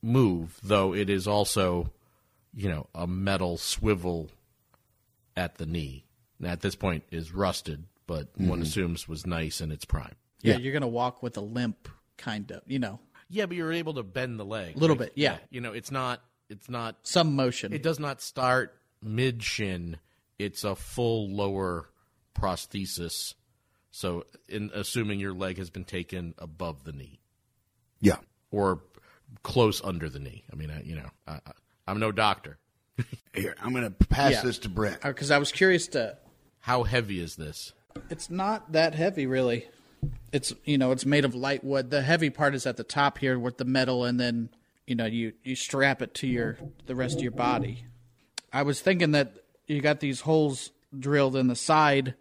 move though it is also you know a metal swivel at the knee now at this point is rusted but Mm-hmm. one assumes was nice in its prime yeah, you're gonna walk with a limp, kind of. You know, yeah but you're able to bend the leg Little bit, yeah. you know it's not it's not some motion. It does not start mid shin. It's a full lower prosthesis. So, in assuming your leg has been taken above the knee Yeah. or close under the knee. I mean, I, you know, I, I- I'm no doctor. Here, I'm going to pass Yeah. this to Brent. Because Uh, I was curious to. How heavy is this? It's not that heavy, really. It's you know, it's made of light wood. The heavy part is at the top here with the metal, and then you know, you you strap it to your the rest of your body. I was thinking that you got these holes drilled in the side.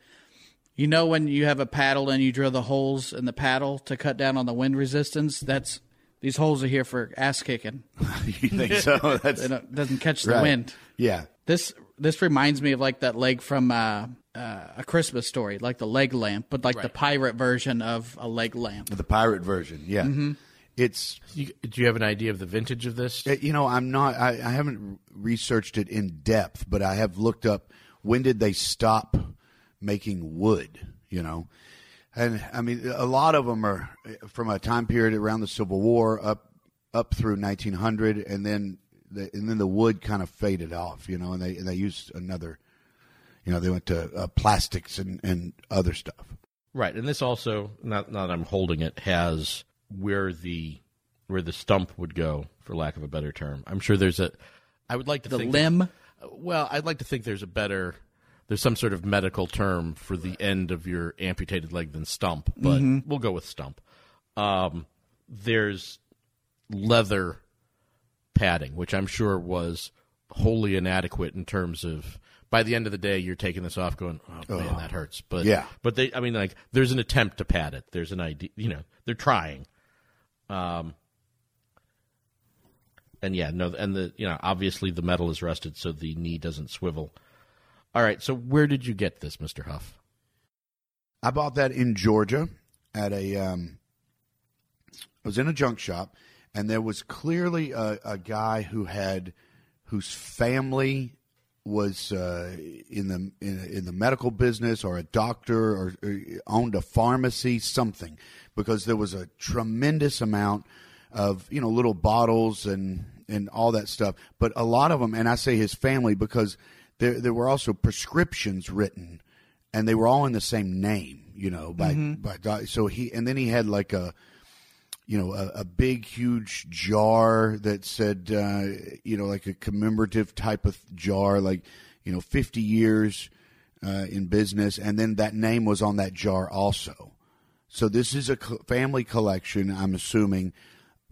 You know when you have a paddle and you drill the holes in the paddle to cut down on the wind resistance. That's these holes are here for ass kicking. you think so? That's It don't- doesn't catch the right. wind. Yeah. This this reminds me of like that leg from uh, uh, a Christmas story, like the leg lamp, but like the pirate version of a leg lamp. The pirate version. Yeah. Mm-hmm. It's You, do you have an idea of the vintage of this? It- Uh, You know, I'm not. I, I haven't researched it in depth, but I have looked up when did they stop making wood. You know, and I mean, a lot of them are from a time period around the Civil War up up through 1900, and then the, and then the wood kind of faded off. You know, and they and they used another. You know, they went to uh, plastics and and other stuff. Right, and this also not not I'm holding it has where the where the stump would go, for lack of a better term. I'm sure there's a. I would like to The think limb. Well, I'd like to think there's a better, there's some sort of medical term for the end of your amputated leg than stump, but we'll go with stump. Um, there's leather padding, which I'm sure was wholly inadequate in terms of. By the end of the day, you're taking this off, going, "Oh man, that hurts." But Yeah. but they, I mean, like, there's an attempt to pad it. There's an idea, you know, they're trying. Um, and yeah, no, and the you know obviously the metal is rusted, so the knee doesn't swivel. All right, so where did you get this, Mister Huff? I bought that in Georgia at a. Um, I was in a junk shop, and there was clearly a, a guy who had whose family was uh, in the in, in the medical business or a doctor or, or owned a pharmacy something because there was a tremendous amount of you know little bottles and and all that stuff but a lot of them and I say his family because there there were also prescriptions written and they were all in the same name you know by by doc- so he and then he had like a you know, a, a big, huge jar that said, uh, you know, like a commemorative type of jar, like, you know, 50 years uh, in business. And then that name was on that jar also. So this is a co- family collection, I'm assuming,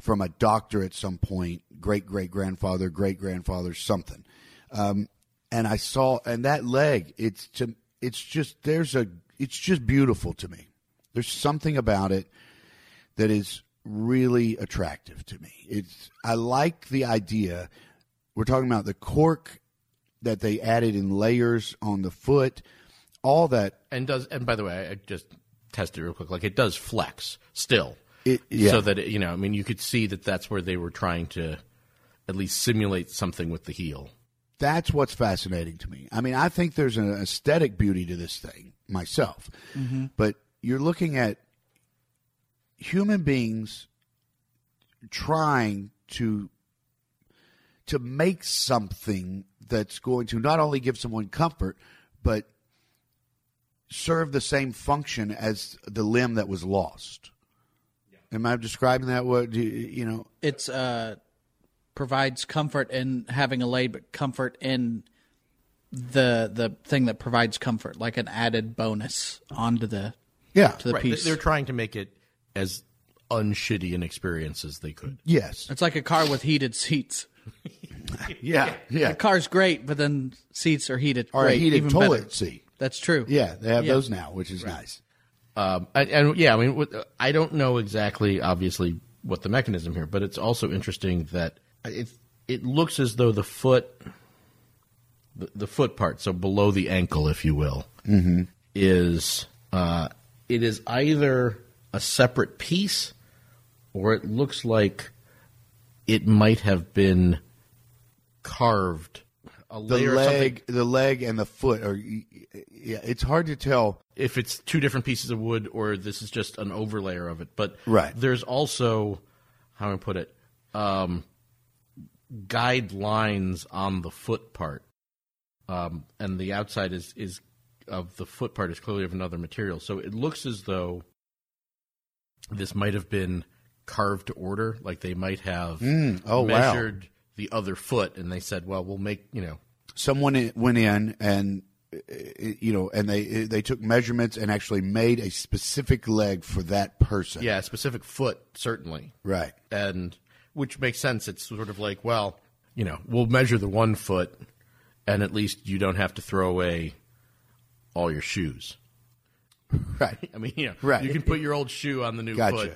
from a doctor at some point, great great grandfather, great grandfather, something. Um, and I saw, and that leg, it's to, it's just there's a, it's just beautiful to me. There's something about it that is really attractive to me. It's I like the idea. We're talking about the cork that they added in layers on the foot, all that. And does and by the way, I just tested it real quick. Like it does flex still, It, yeah. so that it, you know, I mean, you could see that that's where they were trying to at least simulate something with the heel. That's what's fascinating to me. I mean, I think there's an aesthetic beauty to this thing myself, but you're looking at human beings trying to to make something that's going to not only give someone comfort but serve the same function as the limb that was lost. Am I describing that? What do you, you know? It's uh, provides comfort in having a leg, but comfort in the the thing that provides comfort, like an added bonus onto the Yeah. to the Right. they- piece. They're trying to make it as unshitty an experience as they could. Yes. It's like a car with heated seats. Yeah. Yeah. The car's great, but then seats are heated. Or great, a heated even toilet better. seat. That's true. Yeah, they have those now, which is nice. Um, and, and yeah, I mean, what- I don't know exactly, obviously, what the mechanism here, but it's also interesting that it it looks as though the foot, the, the foot part, so below the ankle, if you will, Mm-hmm. is uh, it is either a separate piece, or it looks like it might have been carved. A The layer of something leg, the leg, and the foot are. Yeah, it's hard to tell. if it's two different pieces of wood or this is just an overlayer of it. But Right. there's also how do I put it? Um, guidelines on the foot part, um, and the outside is is of the foot part is clearly of another material. So it looks as though this might have been carved to order, like they might have Mm, oh, wow. measured the other foot, and they said, "Well, we'll make you know." Someone i- went in and uh, you know, and they they took measurements and actually made a specific leg for that person. Yeah, a specific foot certainly, right. and which makes sense. It's sort of like, well, you know, we'll measure the one foot, and at least you don't have to throw away all your shoes. Right. I mean, you know, Right. you can put your old shoe on the new Gotcha. foot,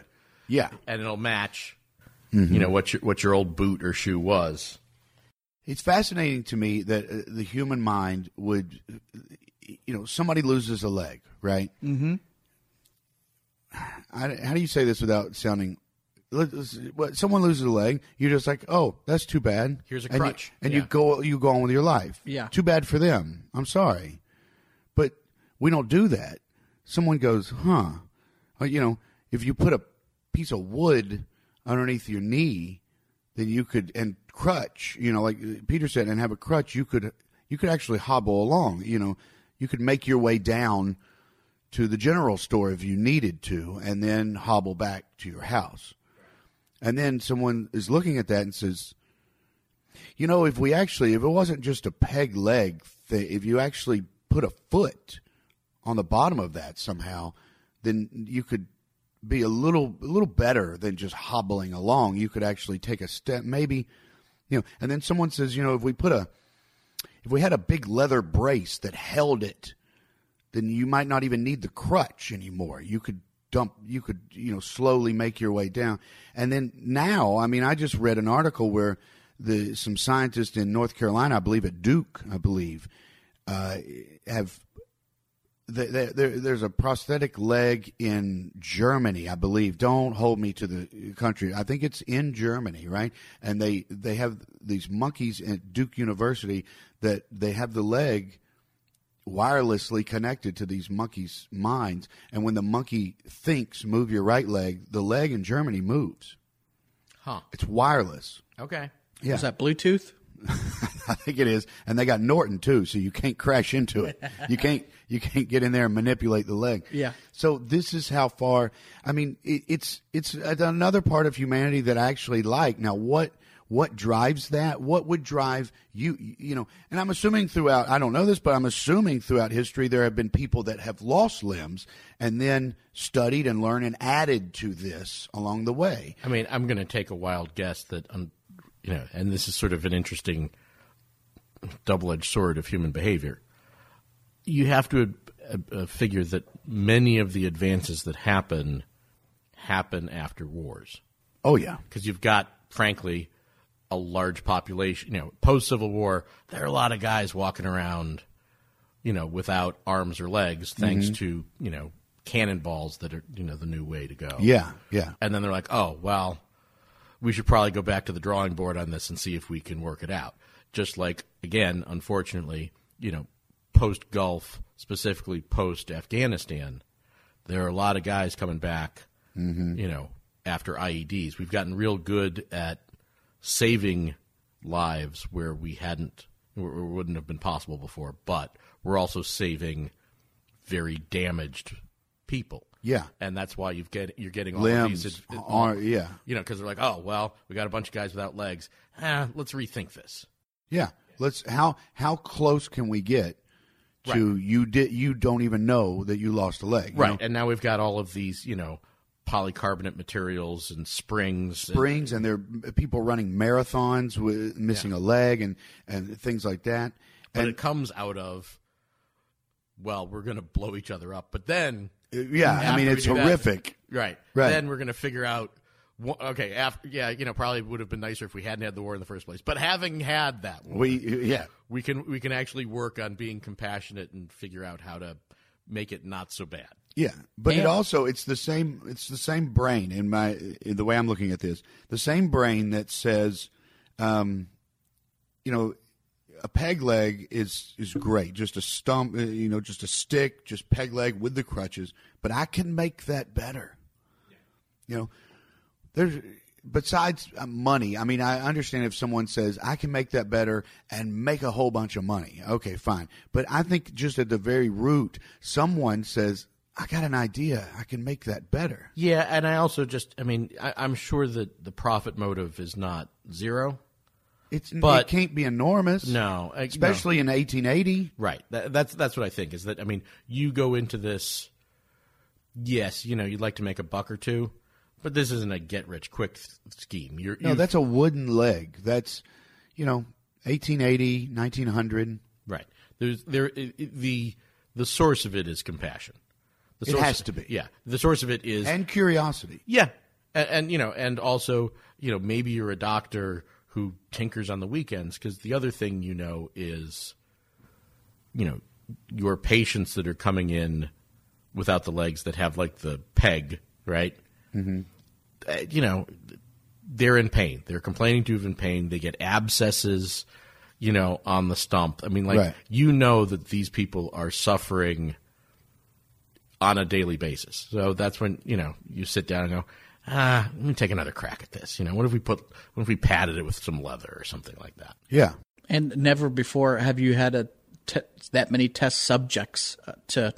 Yeah. and it'll match. You know what your what your old boot or shoe was. It's fascinating to me that uh, the human mind would, you know, somebody loses a leg, right? Mm-hmm. I, how do you say this without sounding? let- let's- what- Someone loses a leg, you're just like, oh, that's too bad. Here's a And you- crutch. and you Yeah. go, you go on with your life. Yeah. too bad for them. I'm sorry, but we don't do that. Someone goes, huh? Or, you know, if you put a piece of wood underneath your knee, then you could and crutch you know like peter said and have a crutch you could you could actually hobble along you know you could make your way down to the general store if you needed to and then hobble back to your house and then someone is looking at that and says you know if we actually if it wasn't just a peg leg thing if you actually put a foot on the bottom of that somehow then you could be a little a little better than just hobbling along. You could actually take a step, maybe, you know. And then someone says, you know, if we put a if we had a big leather brace that held it, then you might not even need the crutch anymore. You could dump, you could you know slowly make your way down. And then now, I mean, I just read an article where the some scientists in North Carolina, I believe at Duke, I believe, uh, have the, the, there, there's a prosthetic leg in Germany, I believe. Don't hold me to the country. I think it's in Germany, right? And they they have these monkeys at Duke University that they have the leg wirelessly connected to these monkeys' minds, and when the monkey thinks, "Move your right leg," the leg in Germany moves. Huh. It's wireless. Okay. Yeah, Is that Bluetooth? I think it is, and they got Norton too, so you can't crash into it. You can't you can't get in there and manipulate the leg. Yeah. So this is how far. I mean, it, it's it's another part of humanity that I actually like. Now, what what drives that? What would drive you? You know, and I'm assuming throughout. I don't know this, but I'm assuming throughout history there have been people that have lost limbs and then studied and learned and added to this along the way. I mean, I'm going to take a wild guess that um you know, and this is sort of an interesting double-edged sword of human behavior. You have to uh, uh, figure that many of the advances that happen happen after wars Oh yeah, because you've got, frankly, a large population. You know, post Civil War, there are a lot of guys walking around, you know, without arms or legs, thanks to you know cannonballs that are you know the new way to go. yeah, yeah. And then they're like, oh, well, we should probably go back to the drawing board on this and see if we can work it out. Just like, again, unfortunately, you know, post Gulf, specifically post Afghanistan, there are a lot of guys coming back, you know, after IEDs. We've gotten real good at saving lives where we hadn't, where it wouldn't have been possible before, but we're also saving very damaged people. Yeah. And that's why you've get, you're getting all of these Limbs are yeah. you know, because they're like, oh, well, we got a bunch of guys without legs. Ah, let's rethink this. Yeah. Let's how how close can we get to you did you don't even know that you lost a leg. you know? And now we've got all of these, you know, polycarbonate materials and springs. and- Springs and there are people running marathons with missing a leg and and things like that. but And it comes out of, well, we're going to blow each other up. But then, yeah, I mean after we it's do that- horrific. right, Right. then we're going to figure out, wha- okay, after, yeah, you know, probably would have been nicer if we hadn't had the war in the first place. But having had that war, We yeah. we can, we can actually work on being compassionate and figure out how to make it not so bad. Yeah, but it And- also it's the same it's the same brain in my in the way I'm looking at this. The same brain that says, um, you know, a peg leg is is great, just a stump, uh, you know, just a stick, just peg leg with the crutches. But I can make that better. You know, there's besides uh, money. I mean, I understand if someone says I can make that better and make a whole bunch of money. Okay, fine. But I think just at the very root, someone says I got an idea. I can make that better. Yeah, and I also just, I mean, I, I'm sure that the profit motive is not zero. It's But- it can't be enormous. No, I- no. especially in 1880. right. That, that's that's what I think is that. I mean, you go into this. Yes, you know, you'd like to make a buck or two, but this isn't a get rich quick s- scheme. You're, No, you've- that's a wooden leg. That's, you know, 1880, 1900. right. There's there i i- the the source of it is compassion. The It source has of- to be. Yeah, the source of it is And curiosity. Yeah, and, and you know, and also you know, maybe you're a doctor who tinkers on the weekends because the other thing you know is, you know, your patients that are coming in without the legs that have like the peg, right? Mm-hmm. you know, they're in pain. They're complaining to you in pain. They get abscesses, you know, on the stump. I mean, like Right. you know that these people are suffering on a daily basis. So that's when you know you sit down and go, ah, let me take another crack at this. You know, what if we put, what if we padded it with some leather or something like that? Yeah. And never before have you had a te- that many test subjects uh, to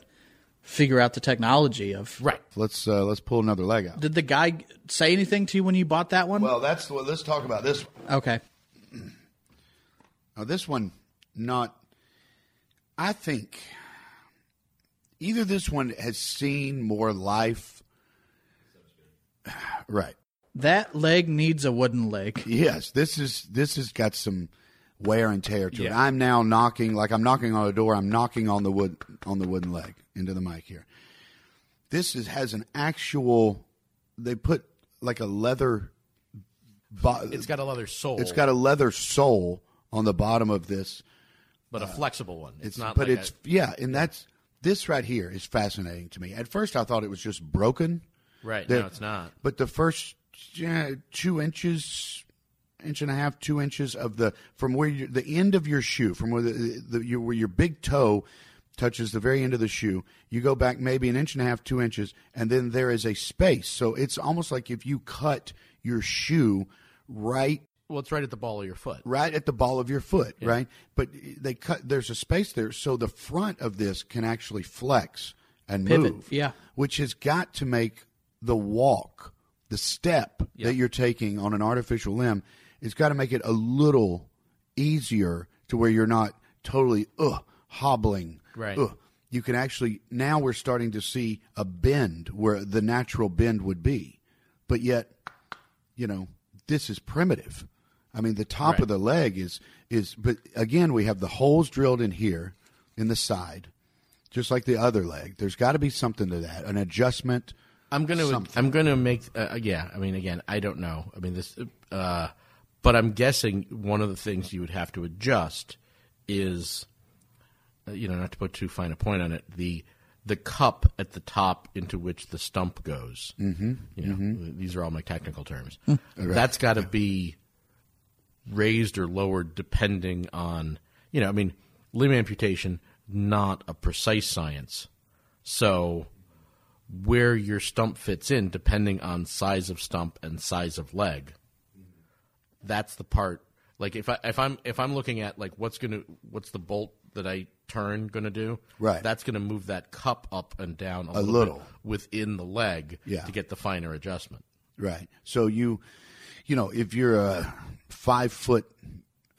figure out the technology of. Right. Let's uh, let's pull another leg out. Did the guy say anything to you when you bought that one? Well, that's well, let's talk about this. one. okay. Now, this one, not. I think either this one has seen more life. Right. That leg needs a wooden leg. Yes, this is this has got some wear and tear to it. Yeah. I'm now knocking like I'm knocking on a door. I'm knocking on the wood on the wooden leg into the mic here. This is has an actual. They put like a leather. Bo- It's got a leather sole. it's got a leather sole on the bottom of this. but a flexible one. It's, not. but like it's a- yeah, and that's this right here is fascinating to me. At first, I thought it was just broken. right. the- no, it's not. But the first yeah, two inches, inch and a half, two inches of the from where you, the end of your shoe, from where the, the your, where your big toe touches the very end of the shoe, you go back maybe an inch and a half, two inches, and then there is a space. So it's almost like if you cut your shoe right Well, it's right at the ball of your foot. right at the ball of your foot, right? But they cut. There's a space there, so the front of this can actually flex and Pivot, move. yeah. which has got to make the walk, the step that you're taking on an artificial limb, it's got to make it a little easier to where you're not totally ugh hobbling. Right. Ugh. You can actually now we're starting to see a bend where the natural bend would be, but yet you know this is primitive i mean the top of the leg is is but again we have the holes drilled in here in the side just like the other leg there's got to be something to that an adjustment I'm gonna. I'm gonna make. Uh, yeah. I mean, again, I don't know. I mean, this. Uh, but I'm guessing one of the things you would have to adjust is, uh, you know, not to put too fine a point on it, the the cup at the top into which the stump goes. Mm-hmm. You know, these are all my technical terms. That's got to be raised or lowered depending on you know. I mean, limb amputation not a precise science, so where your stump fits in depending on size of stump and size of leg. That's the part. Like if I if I'm if I'm looking at like what's gonna what's the bolt that I turn gonna do? Right. That's gonna move that cup up and down a, little, little. bit within the leg Yeah. to get the finer adjustment. Right. So you, you know, if you're a five foot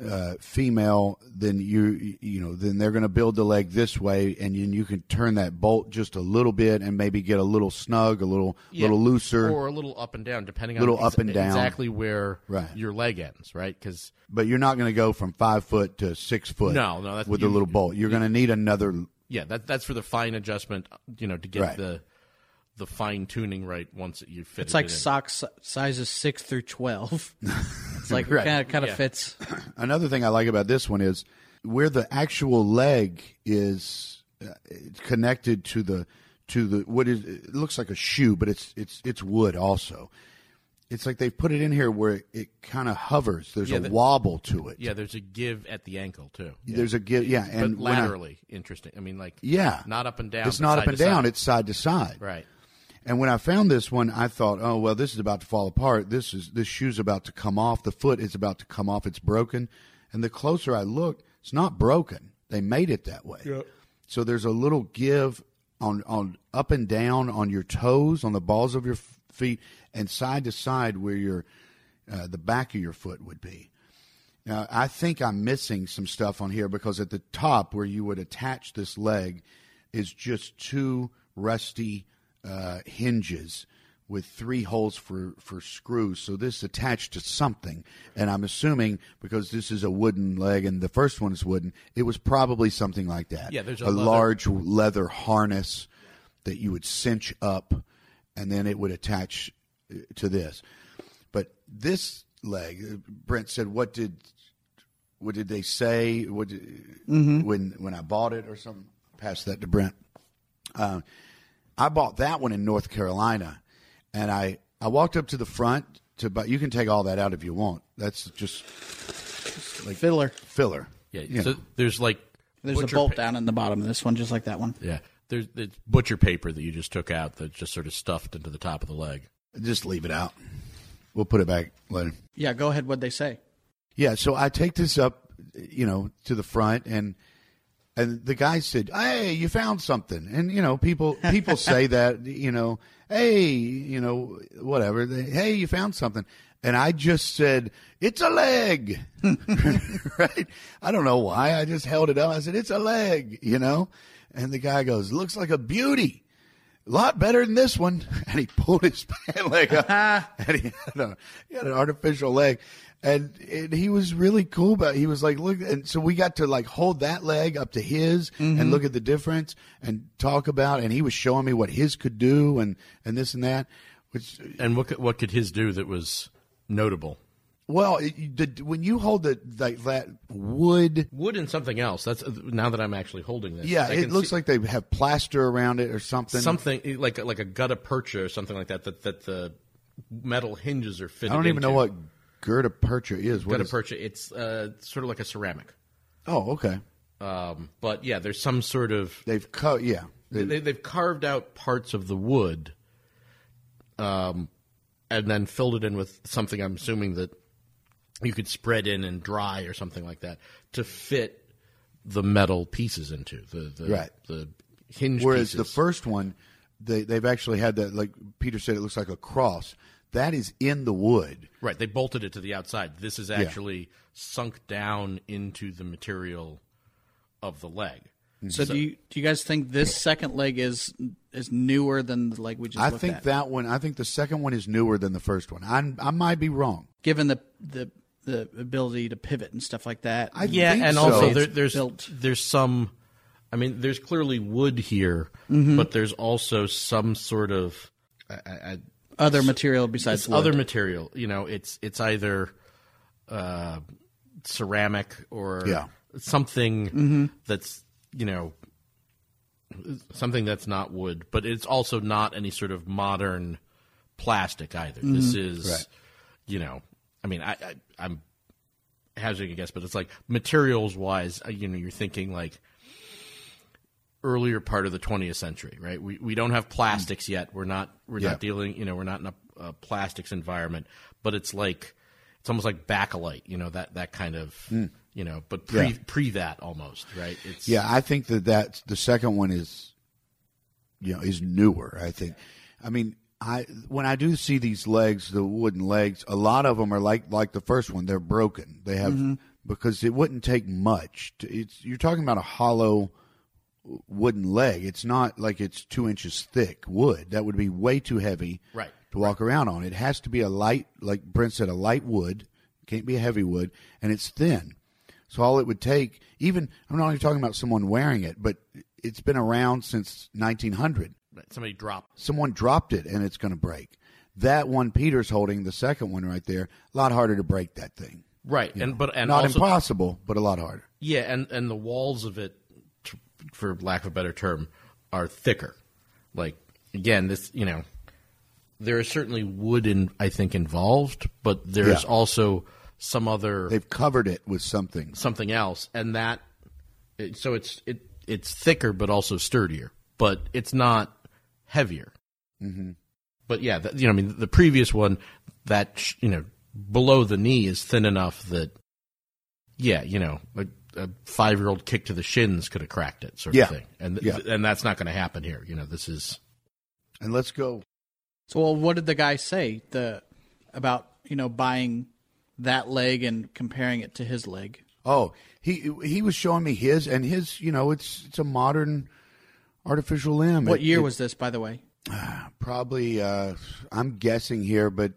uh, female, then you, you know, then they're going to build the leg this way, and you, you can turn that bolt just a little bit, and maybe get a little snug, a little, little looser. or a little up and down, depending on Little up and down. exactly where Right. your leg ends, right? Because but you're not going to go from five foot to six foot. No, no, that's- with you- a little bolt, you're going to need another. yeah, that that's for the fine adjustment, you know, to get Right. the the fine tuning right once you fit. It's like sock si- sizes six through twelve. It's like kind of kind of fits. Another thing I like about this one is where the actual leg is uh, it's connected to the to the what is it looks like a shoe, but it's it's it's wood also. It's like they've put it in here where it kind of hovers. There's a the- wobble to it. yeah, there's a give at the ankle too, There's a give. Yeah, and but when I- laterally. interesting. I mean, like yeah, not up and down. It's but not side up and to down. side. It's side to side. right. And when I found this one, I thought, oh well, this is about to fall apart. This is this shoe's about to come off. The foot is about to come off. It's broken. And the closer I looked, it's not broken. They made it that way. So there's a little give on on up and down on your toes, on the balls of your f- feet, and side to side where your uh, the back of your foot would be. Now, I think I'm missing some stuff on here because at the top where you would attach this leg is just two rusty uh, hinges with three holes for, for screws. So this attached to something. And I'm assuming because this is a wooden leg and the first one is wooden, it was probably something like that. Yeah, there's a a leather- large leather harness that you would cinch up and then it would attach uh, to this. But this leg, uh, Brent said, "What did what did they say? What did, when when I bought it or something?" Pass that to Brent. Uh, I bought that one in North Carolina, and I I walked up to the front to buy. You can take all that out if you want. That's just Fiddler. filler. Yeah. You So know. there's like There's butcher a bolt pa- down in the bottom of this one, just like that one. Yeah. There's, there's butcher paper that you just took out that's just sort of stuffed into the top of the leg. just leave it out. We'll put it back later. Yeah, go ahead. What they say? Yeah, so I take this up, you know, to the front, and and the guy said, "Hey, you found something." And you know, people people say that, you know, "Hey, you know, whatever." They, "Hey, you found something," and I just said, "It's a leg," right? I don't know why. I just held it up. I said, "It's a leg," you know, and the guy goes, "Looks like a beauty." lot better than this one. And he pulled his pant leg up. Uh-huh. and he had, a, he had an artificial leg. And, and he was really cool about it. He was like, look. And so we got to like hold that leg up to his Mm-hmm. and look at the difference and talk about. And he was showing me what his could do and, and this and that. Which, And what could, what could his do that was notable? well, it, you- the, when you hold the, like that wood Wood and something else. That's now that I'm actually holding this. yeah, I it can looks see like they have plaster around it or something. something eh, like like a gutta percha or something like that. That that the metal hinges are fitted. I don't even know into. what gutta percha is. What gutta is- percha. It's uh, sort of like a ceramic. Oh, okay. Um, but yeah, there's some sort of They've cut. Yeah, They- they, they've carved out parts of the wood, um, and then filled it in with something. I'm assuming that you could spread in and dry or something like that to fit the metal pieces into the the, Right. the hinge. Whereas the pieces. first one, they, they've actually had that, like Peter said, it looks like a cross. That is in the wood. Right, they bolted it to the outside. This is actually sunk down into the material of the leg. So, do you do you guys think this second leg is is newer than the leg we just? I looked think at? that one, I think the second one is newer than the first one. I, I might be wrong. given the the the ability to pivot and stuff like that. I Yeah, think and so. also It's there, there's built. there's some. I mean, there's clearly wood here, Mm-hmm. but there's also some sort of I, I, I, other material besides it's wood. other material. You know, it's it's either uh, ceramic or Yeah. something that's you know something that's not wood, but it's also not any sort of modern plastic either. This is, Right. you know, I mean, I, I I'm hazarding a guess, but it's like materials wise, uh, you know, you're thinking like earlier part of the 20th century, right? We we don't have plastics yet. We're not we're Yeah. not dealing, you know, we're not in a, a plastics environment, but it's like it's almost like backlight, you know, that that kind of, you know, but pre Mm. Yeah. pre that almost, right? It's Yeah, I think that that's the second one is, you know, is newer. I think. I mean, I when I do see these legs, the wooden legs, a lot of them are like like the first one. They're broken. They have because it wouldn't take much. To, it's you're talking about a hollow wooden leg. It's not like it's two inches thick wood. That would be way too heavy. Right. To walk around on. It has to be a light, like Brent said, a light wood. Can't be a heavy wood, and it's thin. So all it would take, even I'm not even talking about someone wearing it, but it's been around since 1900. somebody dropped Someone dropped it, and it's going to break. That one Peter's holding, the second one right there, a lot harder to break that thing. Right, and but and not also, impossible, but a lot harder. yeah, and and the walls of it, t- for lack of a better term, are thicker. Like again, this you know, there is certainly wood in I think involved, but there is Yeah. also some other They've covered it with something. something else, and that it, so it's it it's thicker but also sturdier, but it's not heavier. Mm-hmm. But yeah, that, you know, I mean, the previous one that sh- you know below the knee is thin enough that yeah, you know, a, a five year old kick to the shins could have cracked it, sort Yeah. of thing, and th- Yeah. and that's not going to happen here. You know, this is And let's go. So, well, what did the guy say the about you know buying that leg and comparing it to his leg? Oh, he he was showing me his and his. You know, it's it's a modern artificial limb. What It- year it- was this, by the way? probably uh i'm guessing here but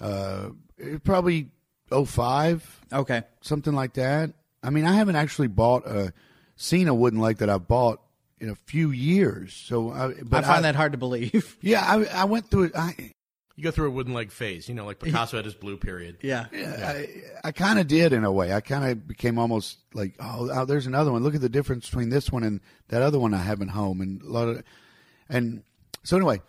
uh it probably 05 Okay, something like that i mean i haven't actually bought a seen a wooden leg that i bought in a few years so i but I find that hard to believe. yeah i, I went through it i you go through a wooden leg phase. You know, like Picasso had his blue period. yeah, I, I kind of did in a way. I kind of became almost like, oh, oh, there's another one. Look at the difference between this one and that other one I have at home, and a lot of, and so anyway,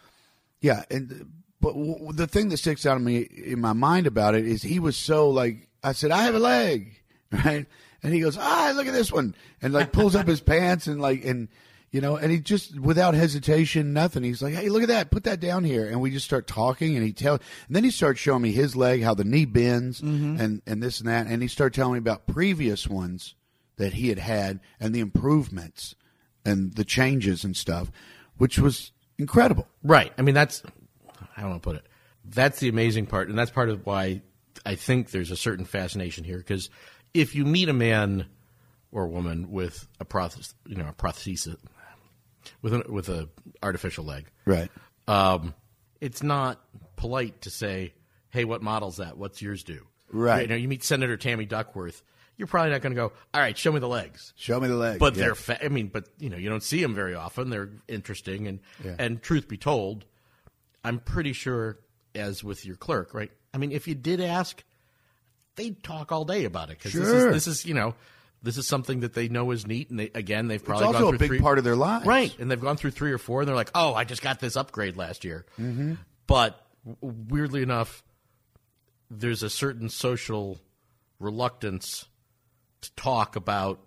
yeah. And but w- w- the thing that sticks out of me in my mind about it is he was so like, I said, I have a leg, right? And he goes, ah, look at this one, and like pulls up his pants and like and. You know, and he just without hesitation, nothing. He's like, "Hey, look at that! Put that down here." And we just start talking, and he tell, and then he starts showing me his leg, how the knee bends, and and this and that, and he started telling me about previous ones that he had had, and the improvements, and the changes and stuff, which was incredible. Right. I mean, that's how do I put it? That's the amazing part, and that's part of why I think there's a certain fascination here. Because if you meet a man or woman with a proth, you know, a prosthesis, with an, with a artificial leg, Right. um, it's not polite to say, "Hey, what model's that? What's yours do?" Right. You know, you meet Senator Tammy Duckworth, you're probably not going to go, "All right, show me the legs." Show me the leg. But Yeah. they're, fa- I mean, but you know, you don't see them very often. They're interesting, and and truth be told, I'm pretty sure, as with your clerk, right? I mean, if you did ask, they'd talk all day about it because this, Sure. is, this is you know, this is something that they know is neat, and they again, they've it's probably gone also a through big three, part of their lives. right, and they've gone through three or four, and they're like, oh, I just got this upgrade last year, but w- weirdly enough, there's a certain social reluctance to talk about,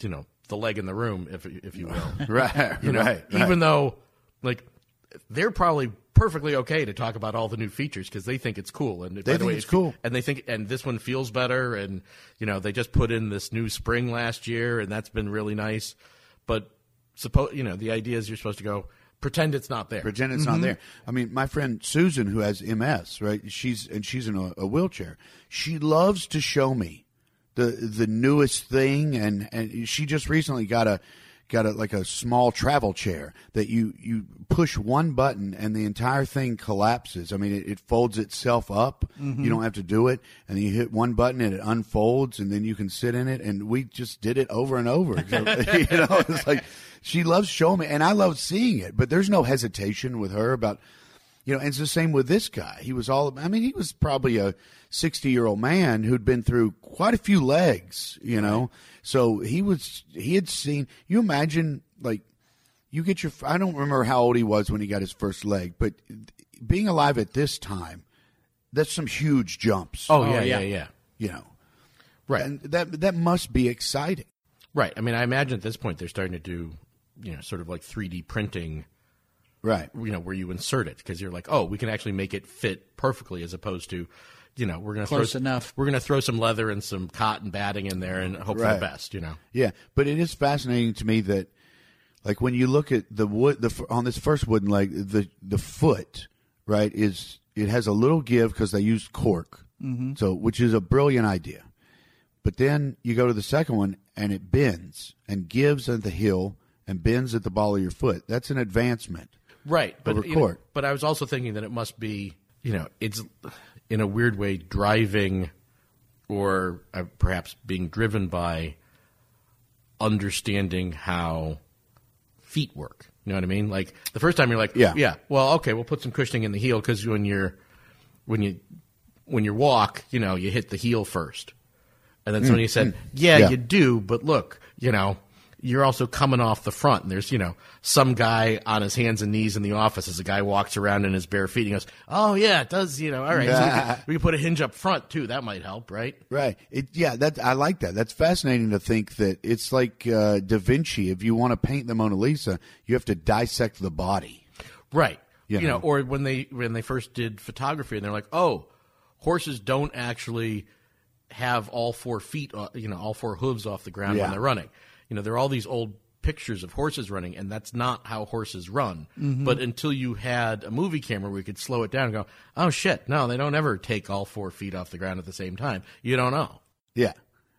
you know, the leg in the room, if if you will. Right. You know, right. right. Even though, like, they're probably perfectly okay to talk about all the new features because they think it's cool. And they think it's cool. and they think and this one feels better. And you know, they just put in this new spring last year, and that's been really nice. But suppose you know, the idea is you're supposed to go pretend it's not there. pretend it's not there. I mean, my friend Susan, who has MS, right? She's and she's in a, a wheelchair. She loves to show me the the newest thing, and and she just recently got a got a like a small travel chair that you you push one button and the entire thing collapses. I mean, it, it folds itself up. You don't have to do it, and you hit one button and it unfolds, and then you can sit in it. And we just did it over and over. So, you know, it's like she loves showing me, and I love seeing it. But there's no hesitation with her about You know, and it's the same with this guy. He was all, I mean, he was probably a 60 year old man who'd been through quite a few legs, you know? So he was, he had seen, you imagine, like, you get your, I don't remember how old he was when he got his first leg, but being alive at this time, that's some huge jumps, Oh, yeah, yeah. yeah, yeah. you know? Right. And that, that must be exciting. Right. I mean, I imagine at this point they're starting to do, you know, sort of like 3D printing, Right. you know, where you insert it because you're like, oh, we can actually make it fit perfectly as opposed to, you know, we're going to Close throw, enough. We're going to throw some leather and some cotton batting in there and hope for Right. the best, you know. Yeah, but it is fascinating to me that, like, when you look at the wood, the f- on this first wooden leg, the the foot, right, is it has a little give because they used cork, so which is a brilliant idea. But then you go to the second one, and it bends and gives at the heel and bends at the ball of your foot. That's an advancement. Right. But Over you know, court. but I was also thinking that it must be, you know, it's in a weird way driving or uh, perhaps being driven by understanding how feet work. You know what I mean? Like the first time you're like, Yeah. yeah, well, okay, we'll put some cushioning in the heel because when you're when you when you walk, you know, you hit the heel first. And then somebody said, yeah, Yeah. you do, but look, you know, you're also coming off the front. And there's, you know, some guy on his hands and knees in the office as a guy walks around in his bare feet and goes, oh, yeah, it does, you know, all right. so we, can, we can put a hinge up front, too. That might help, right? Right. It, yeah, that I like that. That's fascinating to think that it's like uh, Da Vinci. If you want to paint the Mona Lisa, you have to dissect the body. Right. You You know, know. or when they when they first did photography and they're like, "Oh, horses don't actually have all four feet, uh, you know, all four hooves off the ground Yeah. when they're running." You know, there are all these old pictures of horses running and that's not how horses run. Mm-hmm. But until you had a movie camera where you could slow it down and go, "Oh shit, no, they don't ever take all four feet off the ground at the same time." You don't know. Yeah,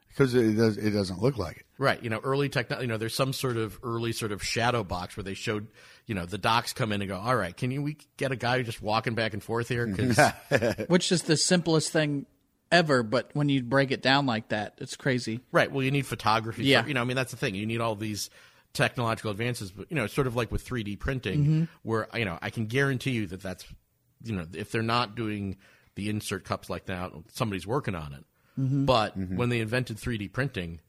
because it, does, it doesn't look like it. Right. You know, early technology, you know, there's some sort of early sort of shadow box where they showed, you know, the docs come in and go, all right, can you, we get a guy just walking back and forth here? 'Cause- which is the simplest thing ever. But when you break it down like that, it's crazy. right. Well, you need photography. Yeah. For, you know, I mean, that's the thing. You need all these technological advances, but, you know, sort of like with 3D printing, where, you know, I can guarantee you that that's, you know, if they're not doing the insert cups like that, somebody's working on it. But when they invented 3D printing,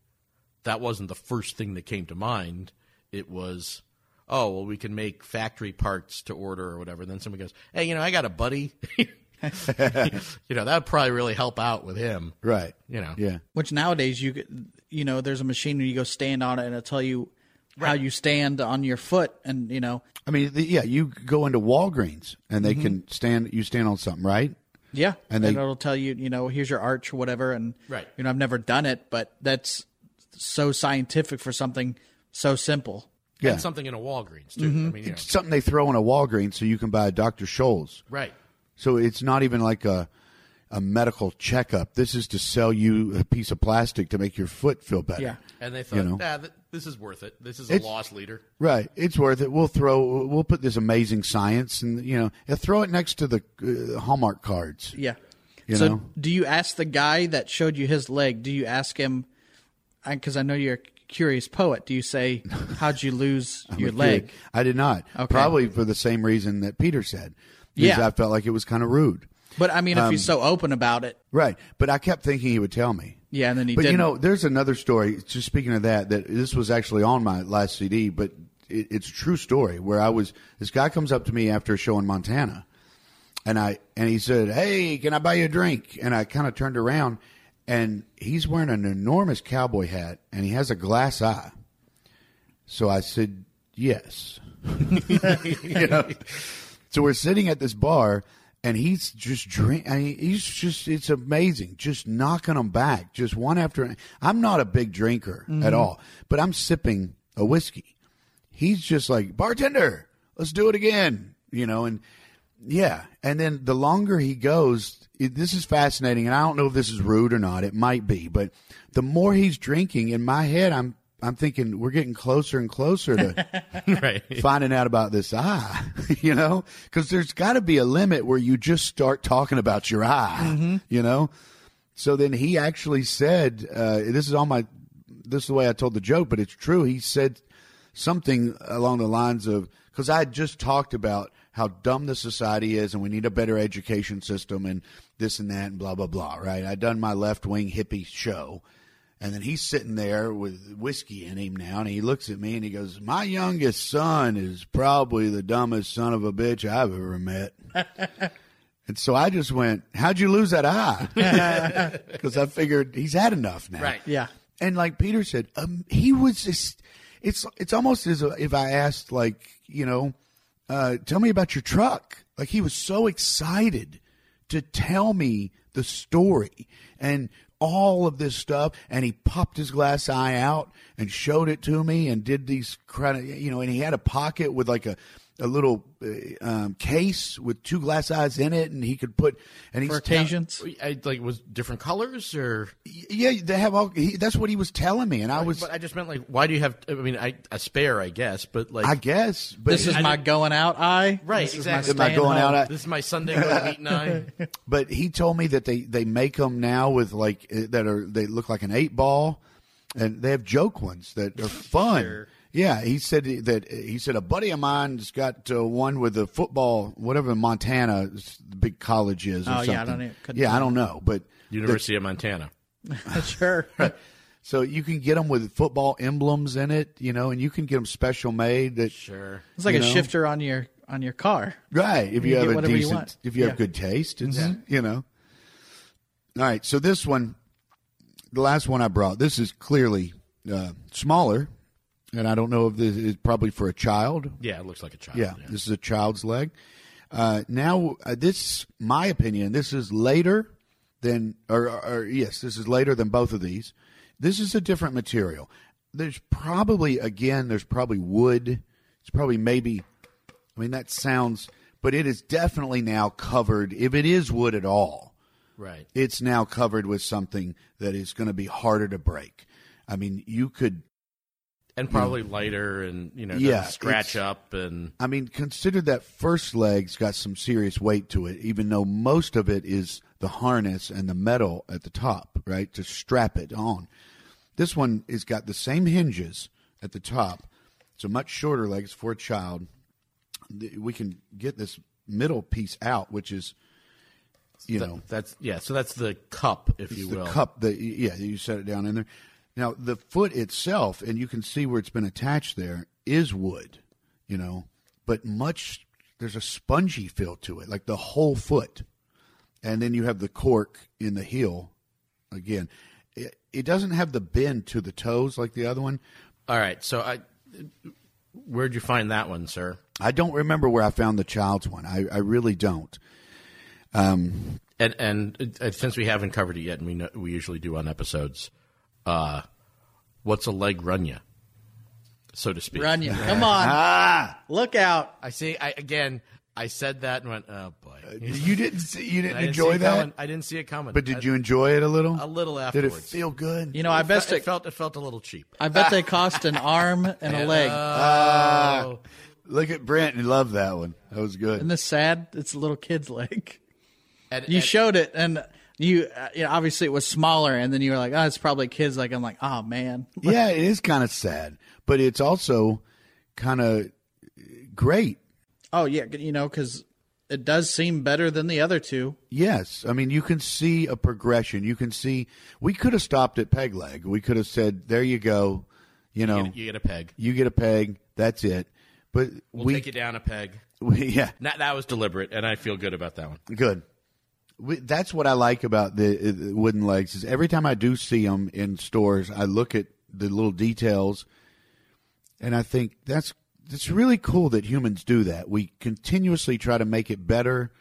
that wasn't the first thing that came to mind. It was, oh, well, we can make factory parts to order or whatever. then somebody goes, hey, you know, I got a buddy. you know, that would probably really help out with him. Right. You know. Yeah. Which nowadays you could- you know there's a machine where you go stand on it and it'll tell you how you stand on your foot and you know I mean, the, yeah, you go into Walgreens and Mm-hmm. they can stand, you stand on something, right? yeah And and, they- it'll tell you you know here's your arch or whatever and Right. you know I've never done it but that's so scientific for something so simple. Yeah. And something in a Walgreens, too. I mean, you know, Something they throw in a Walgreens so you can buy a Dr. Scholl's. right. So it's not even like a, a medical checkup. This is to sell you a piece of plastic to make your foot feel better. Yeah. And they thought, You know. "Ah, th- this is worth it. This is a It's- lost leader. Right. It's worth it. We'll throw, we'll put this amazing science and, you know, and throw it next to the uh, Hallmark cards. Yeah. You so know? do you ask the guy that showed you his leg? Do you ask him? Because I know you're a curious poet. Do you say, "How'd you lose your leg?" I did not. Probably for the same reason that Peter said. because Yeah. I felt like it was kind of rude. But I mean, if Um, he's so open about it, Right. But I kept thinking he would tell me. yeah. And then he But didn't. you know, there's another story. Just speaking of that, that this was actually on my last CD, but it, it's a true story where I was. This guy comes up to me after a show in Montana, and I and he said, "Hey, can I buy you a drink?" And I kind of turned around, and he's wearing an enormous cowboy hat, and he has a glass eye. So I said, "Yes." you know? So we're sitting at this bar, and he's just drink. I mean, he's just it's amazing, just knocking them back, just one after. I'm not a big drinker at all, but I'm sipping a whiskey. He's just like bartender, let's do it again, you know, and yeah. And then the longer he goes, it, this is fascinating, and I don't know if this is rude or not. It might be, but the more he's drinking, in my head, I'm I'm thinking we're getting closer and closer to right. finding out about this eye, you know, because there's got to be a limit where you just start talking about your eye, you know. So then he actually said, uh, "This is all my, this is the way I told the joke, but it's true." He said something along the lines of, "Because I had just talked about." how dumb the society is and we need a better education system and this and that and blah blah blah. Right? I done my left wing hippie show, and then he's sitting there with whiskey in him now, and he looks at me and he goes, "My youngest son is probably the dumbest son of a bitch I've ever met." and so I just went, "How'd you lose that eye?" Because I figured he's had enough now. Right. Yeah. And like Peter said, um, he was just. It's it's almost as if I asked, like you know, uh, tell me about your truck. Like he was so excited to tell me the story and all of this stuff, and he popped his glass eye out and showed it to me, and did these kind of you know, and he had a pocket with like a. A little uh, um, case with two glass eyes in it, and he could put and he's For tell- occasions. I, like was different colors or yeah, they have all. He, that's what he was telling me, and I was, but I just meant like why do you have I mean I a spare I guess but like I guess. But This is my going out eye. Right, This is my exactly. Am I staying going home. out at- this is my Sunday going meeting eye. but he told me that they they make them now with like eh, that are they look like an eight ball, and they have joke ones that are fun. Yeah, he said that he said a buddy of mine's got uh, one with a football, whatever Montana the big college is. Or Oh, something. yeah, I don't even- couldn't yeah, I tell. don't know, but University of Montana. sure. so you can get them with football emblems in it, you know, and you can get them special made that Sure. It's like You a know? shifter on your on your car. Right. If you, You get have a whatever you decent, want. if you Yeah. have good taste, it's, you know. All right. So this one, the last one I brought, this is clearly uh, smaller. And I don't know if this is probably for a child. Yeah, it looks like a child. Yeah. This is a child's leg. Uh, now, uh, this, my opinion, this is later than, or, or, or yes, this is later than both of these. This is a different material. There's probably, again, there's probably wood. It's probably maybe I mean, that sounds, but it is definitely now covered. If it is wood at all, Right. it's now covered with something that is going to be harder to break. I mean, you could, And probably lighter and you know doesn't Yeah, scratch it's- up and I mean, consider that first leg's got some serious weight to it, even though most of it is the harness and the metal at the top, right, to strap it on. This one has got the same hinges at the top. It's a much shorter leg. It's for a child. Th- We can get this middle piece out, which is, you that- know, that's yeah. So that's the cup, if you the will. cup that yeah you set it down in there now the foot itself and you can see where it's been attached there is wood you know but much there's a spongy feel to it like the whole foot and then you have the cork in the heel again it, it doesn't have the bend to the toes like the other one All right. So I, where'd you find that one, sir? i don't remember where i found the child's one i, I really don't And and uh, since we haven't covered it yet, and we know, we usually do on episodes, uh, what's a leg run you, so to speak? Run you. Come on. Ah, Look out. I see. I again. I said that and went, oh boy. Uh, you didn't see, you didn't I didn't see enjoy it that coming. I didn't see it coming. but did you enjoy it a little A little did it afterwards. feel good You know, I bet Best they, it felt it felt a little cheap. I bet they cost an arm and a leg. Ah. Oh, Look at Brent and love that one. That was good. Isn't this sad? It's a little kid's leg. and, You and- showed it, and you, uh, you know, obviously it was smaller, and then you were like, "Oh, it's probably kids." Like I'm like, "Oh man, yeah, it is kind of sad, but it's also kind of great. oh yeah," you know, because it does seem better than the other two. Yes, I mean you can see a progression. You can see we could have stopped at peg leg. We could have said, "There you go," you know, you get, you get a peg. a peg. That's it. But We'll we, take it down a peg. we, yeah, That that was deliberate, and I feel good about that one. good. We, that's what I like about the, uh, the wooden legs is every time I do see them in stores, I look at the little details, and I think that's it's really cool that humans do that. We continuously try to make it better.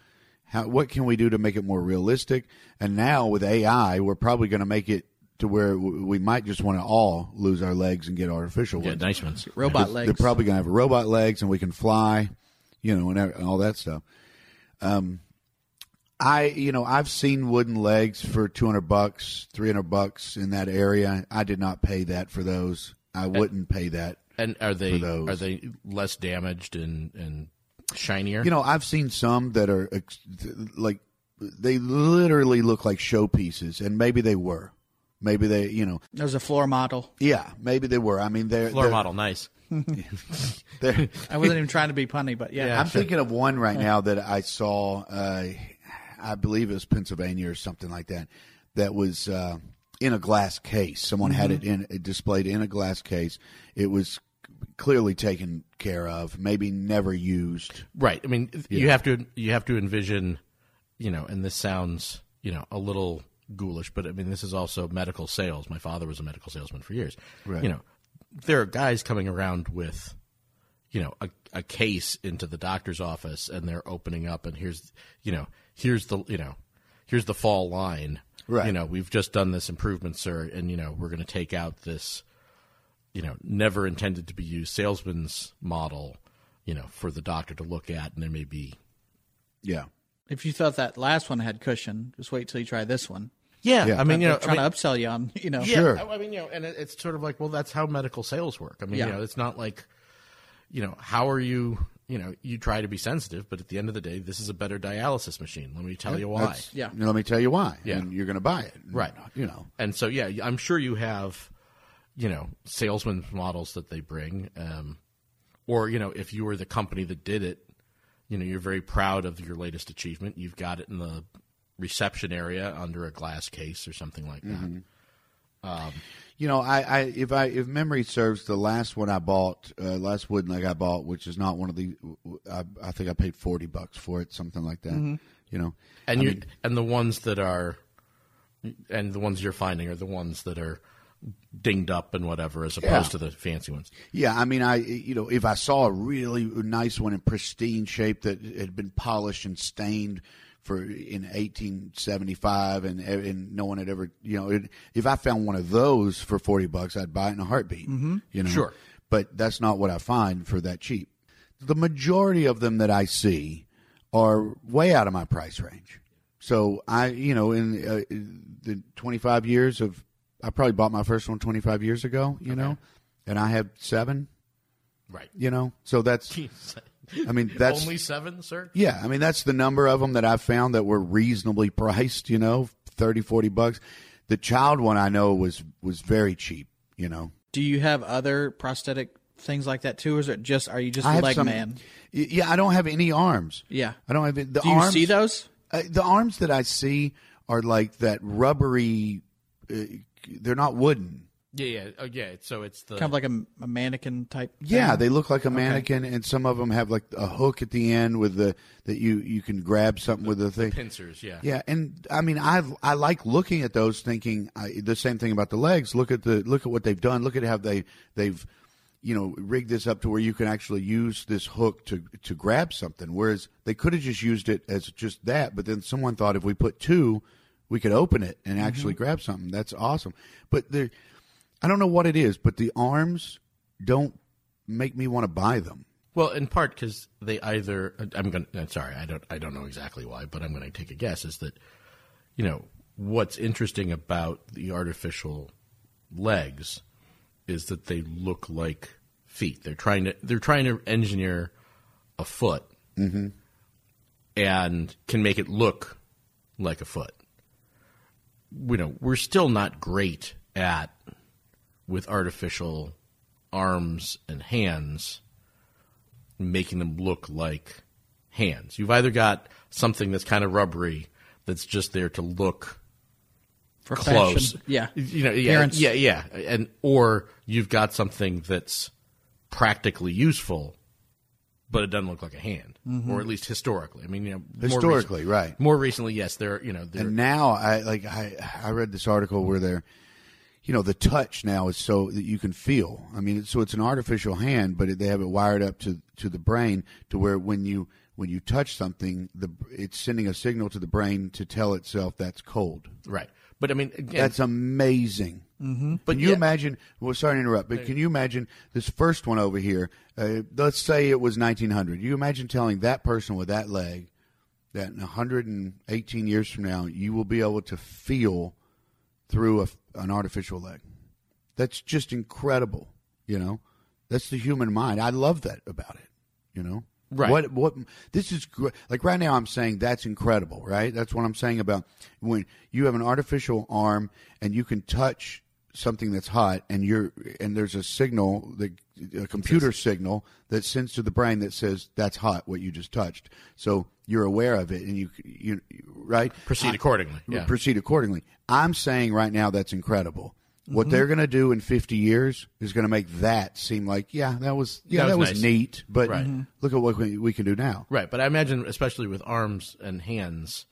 How, what can we do to make it more realistic? And now with AI, we're probably going to make it to where w- we might just want to all lose our legs and get artificial Yeah, ones. nice ones. Robot Because legs. They're probably going to have robot legs, and we can fly, you know, and ev- and all that stuff. Um, I, you know, I've seen wooden legs for two hundred bucks, three hundred bucks in that area. I did not pay that for those. I wouldn't pay that. And are they those. are they less damaged and and shinier? You know, I've seen some that are ex- th- like they literally look like showpieces, and maybe they were. Maybe they, you know, There's a floor model. yeah, maybe they were. I mean, they're Floor they're- model, nice. they're- I wasn't even trying to be punny, but yeah. I'm thinking of one right now that I saw. Uh, I believe it was Pennsylvania or something like that. That was uh, in a glass case. Someone had Mm-hmm. it in it displayed in a glass case. It was clearly taken care of, maybe never used. Right. I mean, you have to you have to envision, you know, and this sounds, you know, a little ghoulish, but I mean, this is also medical sales. My father was a medical salesman for years. Right. You know, there are guys coming around with, you know, a, a case into the doctor's office, and they're opening up, and here's, you know, here's the, you know, here's the fall line. Right. You know, we've just done this improvement, sir, and you know, we're going to take out this you know, never intended to be used salesman's model, you know, for the doctor to look at, and there may be. Yeah, If you thought that last one had cushion, just wait till you try this one. Yeah, I mean, you know, I trying to mean, upsell you on, you know. yeah, Sure. I- I mean, you know, and it, it's sort of like, well, that's how medical sales work. I mean, Yeah. you know, it's not like, you know, how are you, you know, you try to be sensitive, but at the end of the day, this is a better dialysis machine. Let me tell you why. That's- Yeah. Let me tell you why. Yeah. and you're going to buy it. Right. You know. And so, yeah, I'm sure you have, you know, salesman models that they bring, um, or you know, if you were the company that did it, you know, you're very proud of your latest achievement. You've got it in the reception area under a glass case or something like that. You know, I, I if I if memory serves, the last one I bought, uh, last wooden leg I bought, which is not one of the, I, I think I paid forty bucks for it, something like that. Mm-hmm. You know, And you and the ones that are, and the ones you're finding are the ones that are dinged up and whatever, as opposed to the fancy ones. Yeah, I mean, I you know, if I saw a really nice one in pristine shape that had been polished and stained for in 1875, and and no one had ever, you know, it, if I found one of those for 40 bucks, I'd buy it in a heartbeat. Mm-hmm. You know, Sure. but that's not what I find for that cheap. The majority of them that I see are way out of my price range. So I, you know, in uh, the 25 years of, I probably bought my first one 25 years ago, you know, and I have seven, Right. you know, so that's, I mean, that's, only seven, sir. yeah, I mean, that's the number of them that I've found that were reasonably priced, you know, 30, 40 bucks. The child one I know was, was very cheap, you know, Do you have other prosthetic things like that too, or is it just are you just I a have leg some, man? Y- Yeah, I don't have any arms. Yeah. I don't have it. The Do you arms, see those? Uh, the arms that I see are like that rubbery. Uh, they're not wooden. Yeah, yeah, oh, yeah. So it's the Kind of like a, a mannequin type. thing? Yeah, they look like a mannequin, and some of them have like a hook at the end with the that you you can grab something with the thing. pincers. Yeah. Yeah, and I mean, I I like looking at those, thinking I, the same thing about the legs. Look at the look at what they've done. Look at how they they've you know rigged this up to where you can actually use this hook to to grab something. Whereas they could have just used it as just that, but then someone thought if we put two, we could open it and actually grab something. That's awesome. But the I don't know what it is, but the arms don't make me want to buy them. Well, in part because they either I'm going. to Sorry, I don't. I don't know exactly why, but I'm going to take a guess. Is that you know what's interesting about the artificial legs is that they look like feet. They're trying to they're trying to engineer a foot and can make it look like a foot. You know, we're still not great at with artificial arms and hands making them look like hands. You've either got something that's kind of rubbery that's just there to look for close. Fashion. Yeah. You know, yeah, Appearance. yeah, yeah. And or you've got something that's practically useful but it doesn't look like a hand Mm-hmm. or at least historically. I mean, you know, more recent- Historically, right. More recently, yes, there you know, there and now I like I I read this article where they're you know the touch now is so that you can feel. I mean, so it's an artificial hand, but they have it wired up to to the brain to where when you when you touch something, the it's sending a signal to the brain to tell itself that's cold. right. But I mean, again, That's amazing. Mm-hmm. But can you yeah. imagine? Well, sorry to interrupt, but can you imagine this first one over here? Uh, let's say it was 1900. You imagine telling that person with that leg that in 118 years from now you will be able to feel through a, an artificial leg. That's just incredible. You know, that's the human mind. I love that about it. You know, Right. What what this is gr- like right now I'm saying that's incredible, right? That's what I'm saying about when you have an artificial arm and you can touch something that's hot and you're and there's a signal the a computer signal that sends to the brain that says that's hot what you just touched. So you're aware of it and you you right? Proceed accordingly. Yeah. proceed accordingly. I'm saying right now that's incredible. What Mm-hmm. they're going to do in 50 years is going to make that seem like, yeah, that was yeah, that That was, was nice. neat, but Right. Mhm. look at what we, we can do now. Right, but I imagine, especially with arms and hands,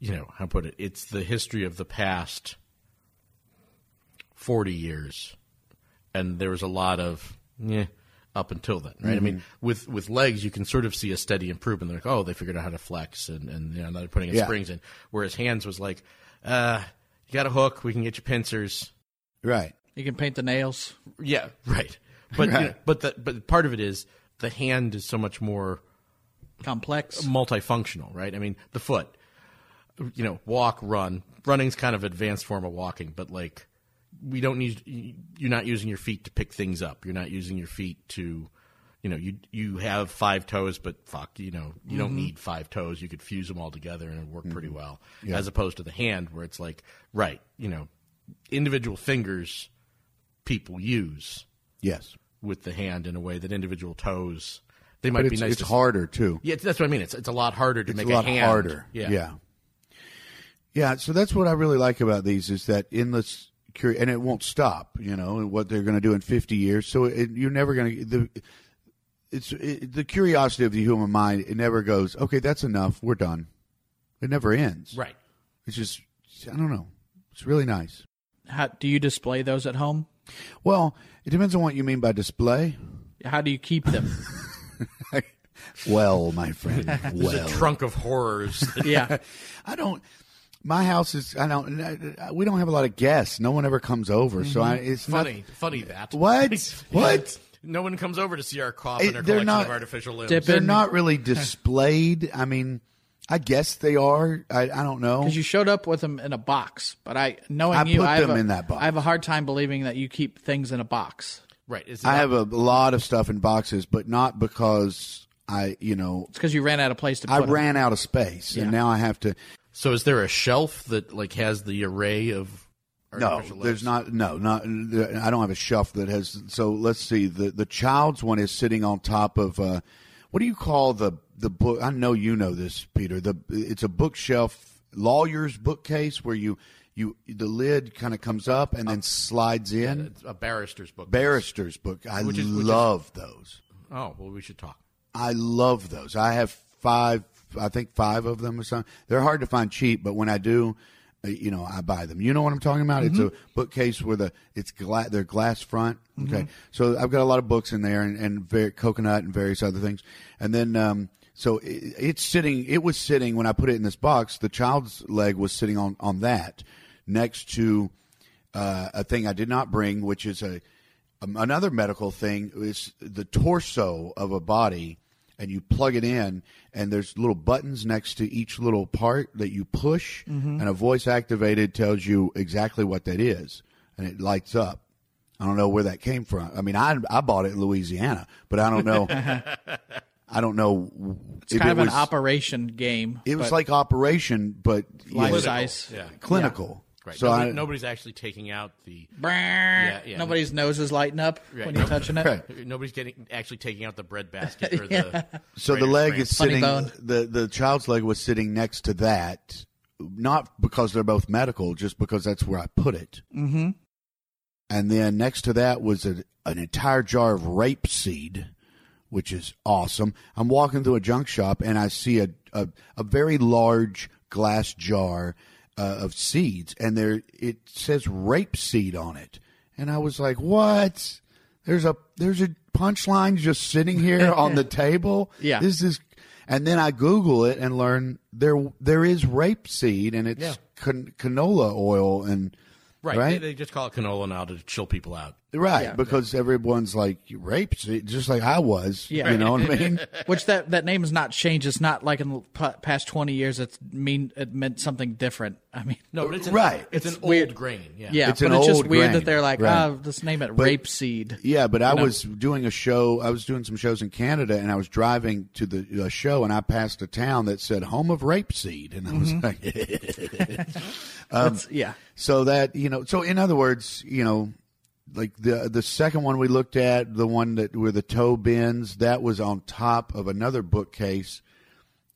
you know how to put it. It's the history of the past forty years, and there was a lot of yeah up until then, right? I mean, Mm-hmm. with with legs, you can sort of see a steady improvement. They're like, oh, they figured out how to flex, and and you know, now they're putting in Yeah. springs in. Whereas hands was like, uh, you got a hook, we can get you pincers, Right. You can paint the nails. yeah, right. But you Right. know, but the, but part of it is the hand is so much more Complex. multifunctional, right? I mean, the foot, you know, walk, run. Running's kind of advanced form of walking, but like we don't need you're not using your feet to pick things up. You're not using your feet to you know, you you have five toes, but fuck, you know, you Mm-hmm. don't need five toes. You could fuse them all together and it work pretty well. As opposed to the hand where it's like, right, you know, individual fingers people use Yes. with the hand in a way that individual toes they might But be it's, nice it's to harder too. yeah, it's- that's what I mean. It's it's a lot harder to It's make a lot hand. harder. Yeah. yeah. Yeah, so that's what I really like about these is that endless curi and it won't stop, you know, and what they're going to do in 50 years. So it, you're never going to the it's it, the curiosity of the human mind it never goes, okay, that's enough, we're done. It never ends. Right. It's just I don't know. It's really nice. How do you display those at home? Well, it depends on what you mean by display. How do you keep them? well, my friend, The well, trunk of horrors. yeah. I don't. My house is. I don't. I- I- We don't have a lot of guests. No one ever comes over, so I, it's funny, funny that. What? It's- What? No one comes over to see our coffin It- or they're collection not- of artificial limbs. Not, they're Been- not really displayed. I mean, I guess they are. I, I don't know. Because you showed up with them in a box, but I knowing I you, put I have them a, in that box. I have a hard time believing that you keep things in a box. Right. It's I not- have a lot of stuff in boxes, but not because I, you know, It's because you ran out of place to put I 'em. ran out of space, and now I have to. so is there a shelf that like has the array of No, artificial there's limbs? not. No, not. I don't have a shelf that has. So let's see. The the child's one is sitting on top of. Uh, what do you call the the book? I know you know this, Peter. The it's a bookshelf lawyer's bookcase where you you the lid kind of comes up and then slides in. It's a barrister's book. Barrister's book. I Which is- which is- love those. Oh, well we should talk. I love those. I have five, I think five of them or something. They're hard to find cheap, but when I do, uh, you know, I buy them. You know what I'm talking about? It's a bookcase with a, it's glass, they're glass front. Okay. So I've got a lot of books in there and, and very, coconut and various other things. And then, um, so it, it's sitting, it was sitting when I put it in this box, the child's leg was sitting on, on that next to, uh, a thing I did not bring, which is a um, another medical thing is the torso of a body, and you plug it in, and there's little buttons next to each little part that you push, Mm-hmm. and a voice activated tells you exactly what that is, and it lights up. I don't know where that came from. I mean, I I bought it in Louisiana, but I don't know. I don't know. It's kind of an operation game. It was but like operation, but you know, life size. Yeah. clinical. Right. So Nobody- I, nobody's actually taking out the Yeah, yeah. Nobody's nose is lighting up when you're touching it. Right. nobody's getting actually taking out the bread basket or the So the Raiders leg fan. is Funny sitting. bone. The the child's leg was sitting next to that, not because they're both medical, just because that's where I put it. Mm-hmm. And then next to that was a, an entire jar of rapeseed, which is awesome. I'm walking through a junk shop and I see a a, a very large glass jar uh, of seeds, and there it says rapeseed on it, and I was like, what? There's a there's a punchline just sitting here on the table. Yeah. This is and then I Google it and learn there there is rapeseed and it's Yeah. can, canola oil and Right. Right? They, they just call it canola now to chill people out. Right, Yeah. because everyone's like raped, just like I was. Yeah. You know what I mean? Which that that name has not changed. It's not like in the pa- past twenty years. It's mean it meant something different. I mean, No, but it's an, Right. It's, It's an weird. old grain. Yeah. yeah, It's but an it's just old weird grain, that they're like, right. oh, let's name it rapeseed. Yeah, but I was doing a show. I was doing some shows in Canada, and I was driving to the uh, show, and I passed a town that said "Home of Rapeseed," and I was Mm-hmm. like, um, That's- yeah, "So that you know." So in other words, you know, like the the second one we looked at, the one that where the toe bends, that was on top of another bookcase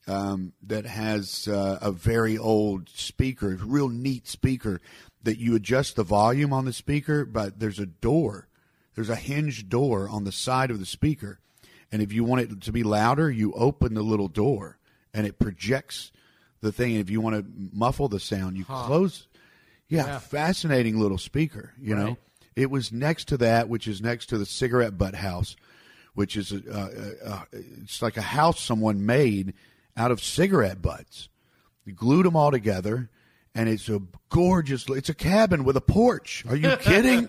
um, that has uh, a very old speaker, real neat speaker that you adjust the volume on the speaker, but there's a door, there's a hinged door on the side of the speaker, and if you want it to be louder, you open the little door and it projects the thing. If you want to muffle the sound, you close. Yeah, fascinating little speaker. You know, it was next to that, which is next to the cigarette butt house, which is a, a, a, a it's like a house someone made out of cigarette butts. You glued them all together, and it's a gorgeous. It's a cabin with a porch. Are you kidding?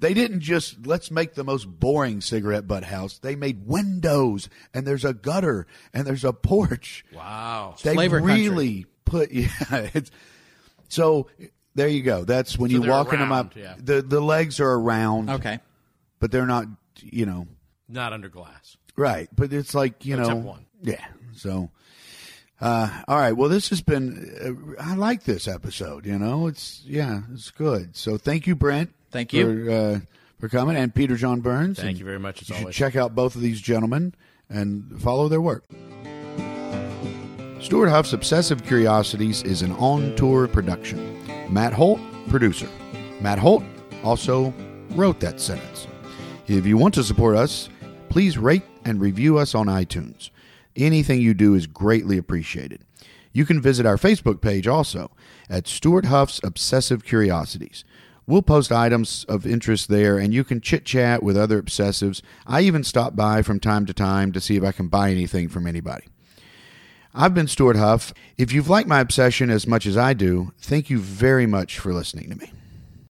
They didn't just let's make the most boring cigarette butt house. They made windows, and there's a gutter, and there's a porch Wow. they flavor country. really put yeah it's so there you go that's when you they're walk into my round, yeah. the the legs are around okay. but they're not you know Not under glass. right but it's like you Except know one. yeah so uh, all right well this has been uh, i like this episode you know it's yeah it's good so thank you brent Thank you. for, uh, for coming and peter john burns Thank And you very much. As you should always. check out both of these gentlemen and follow their work Stuart Huff's Obsessive Curiosities is an on tour production. Matt Holt, producer. Matt Holt also wrote that sentence. If you want to support us, please rate and review us on iTunes. Anything you do is greatly appreciated. You can visit our Facebook page also at Stuart Huff's Obsessive Curiosities. We'll post items of interest there and you can chit chat with other obsessives. I even stop by from time to time to see if I can buy anything from anybody. I've been Stuart Huff. If you've liked my obsession as much as I do, thank you very much for listening to me.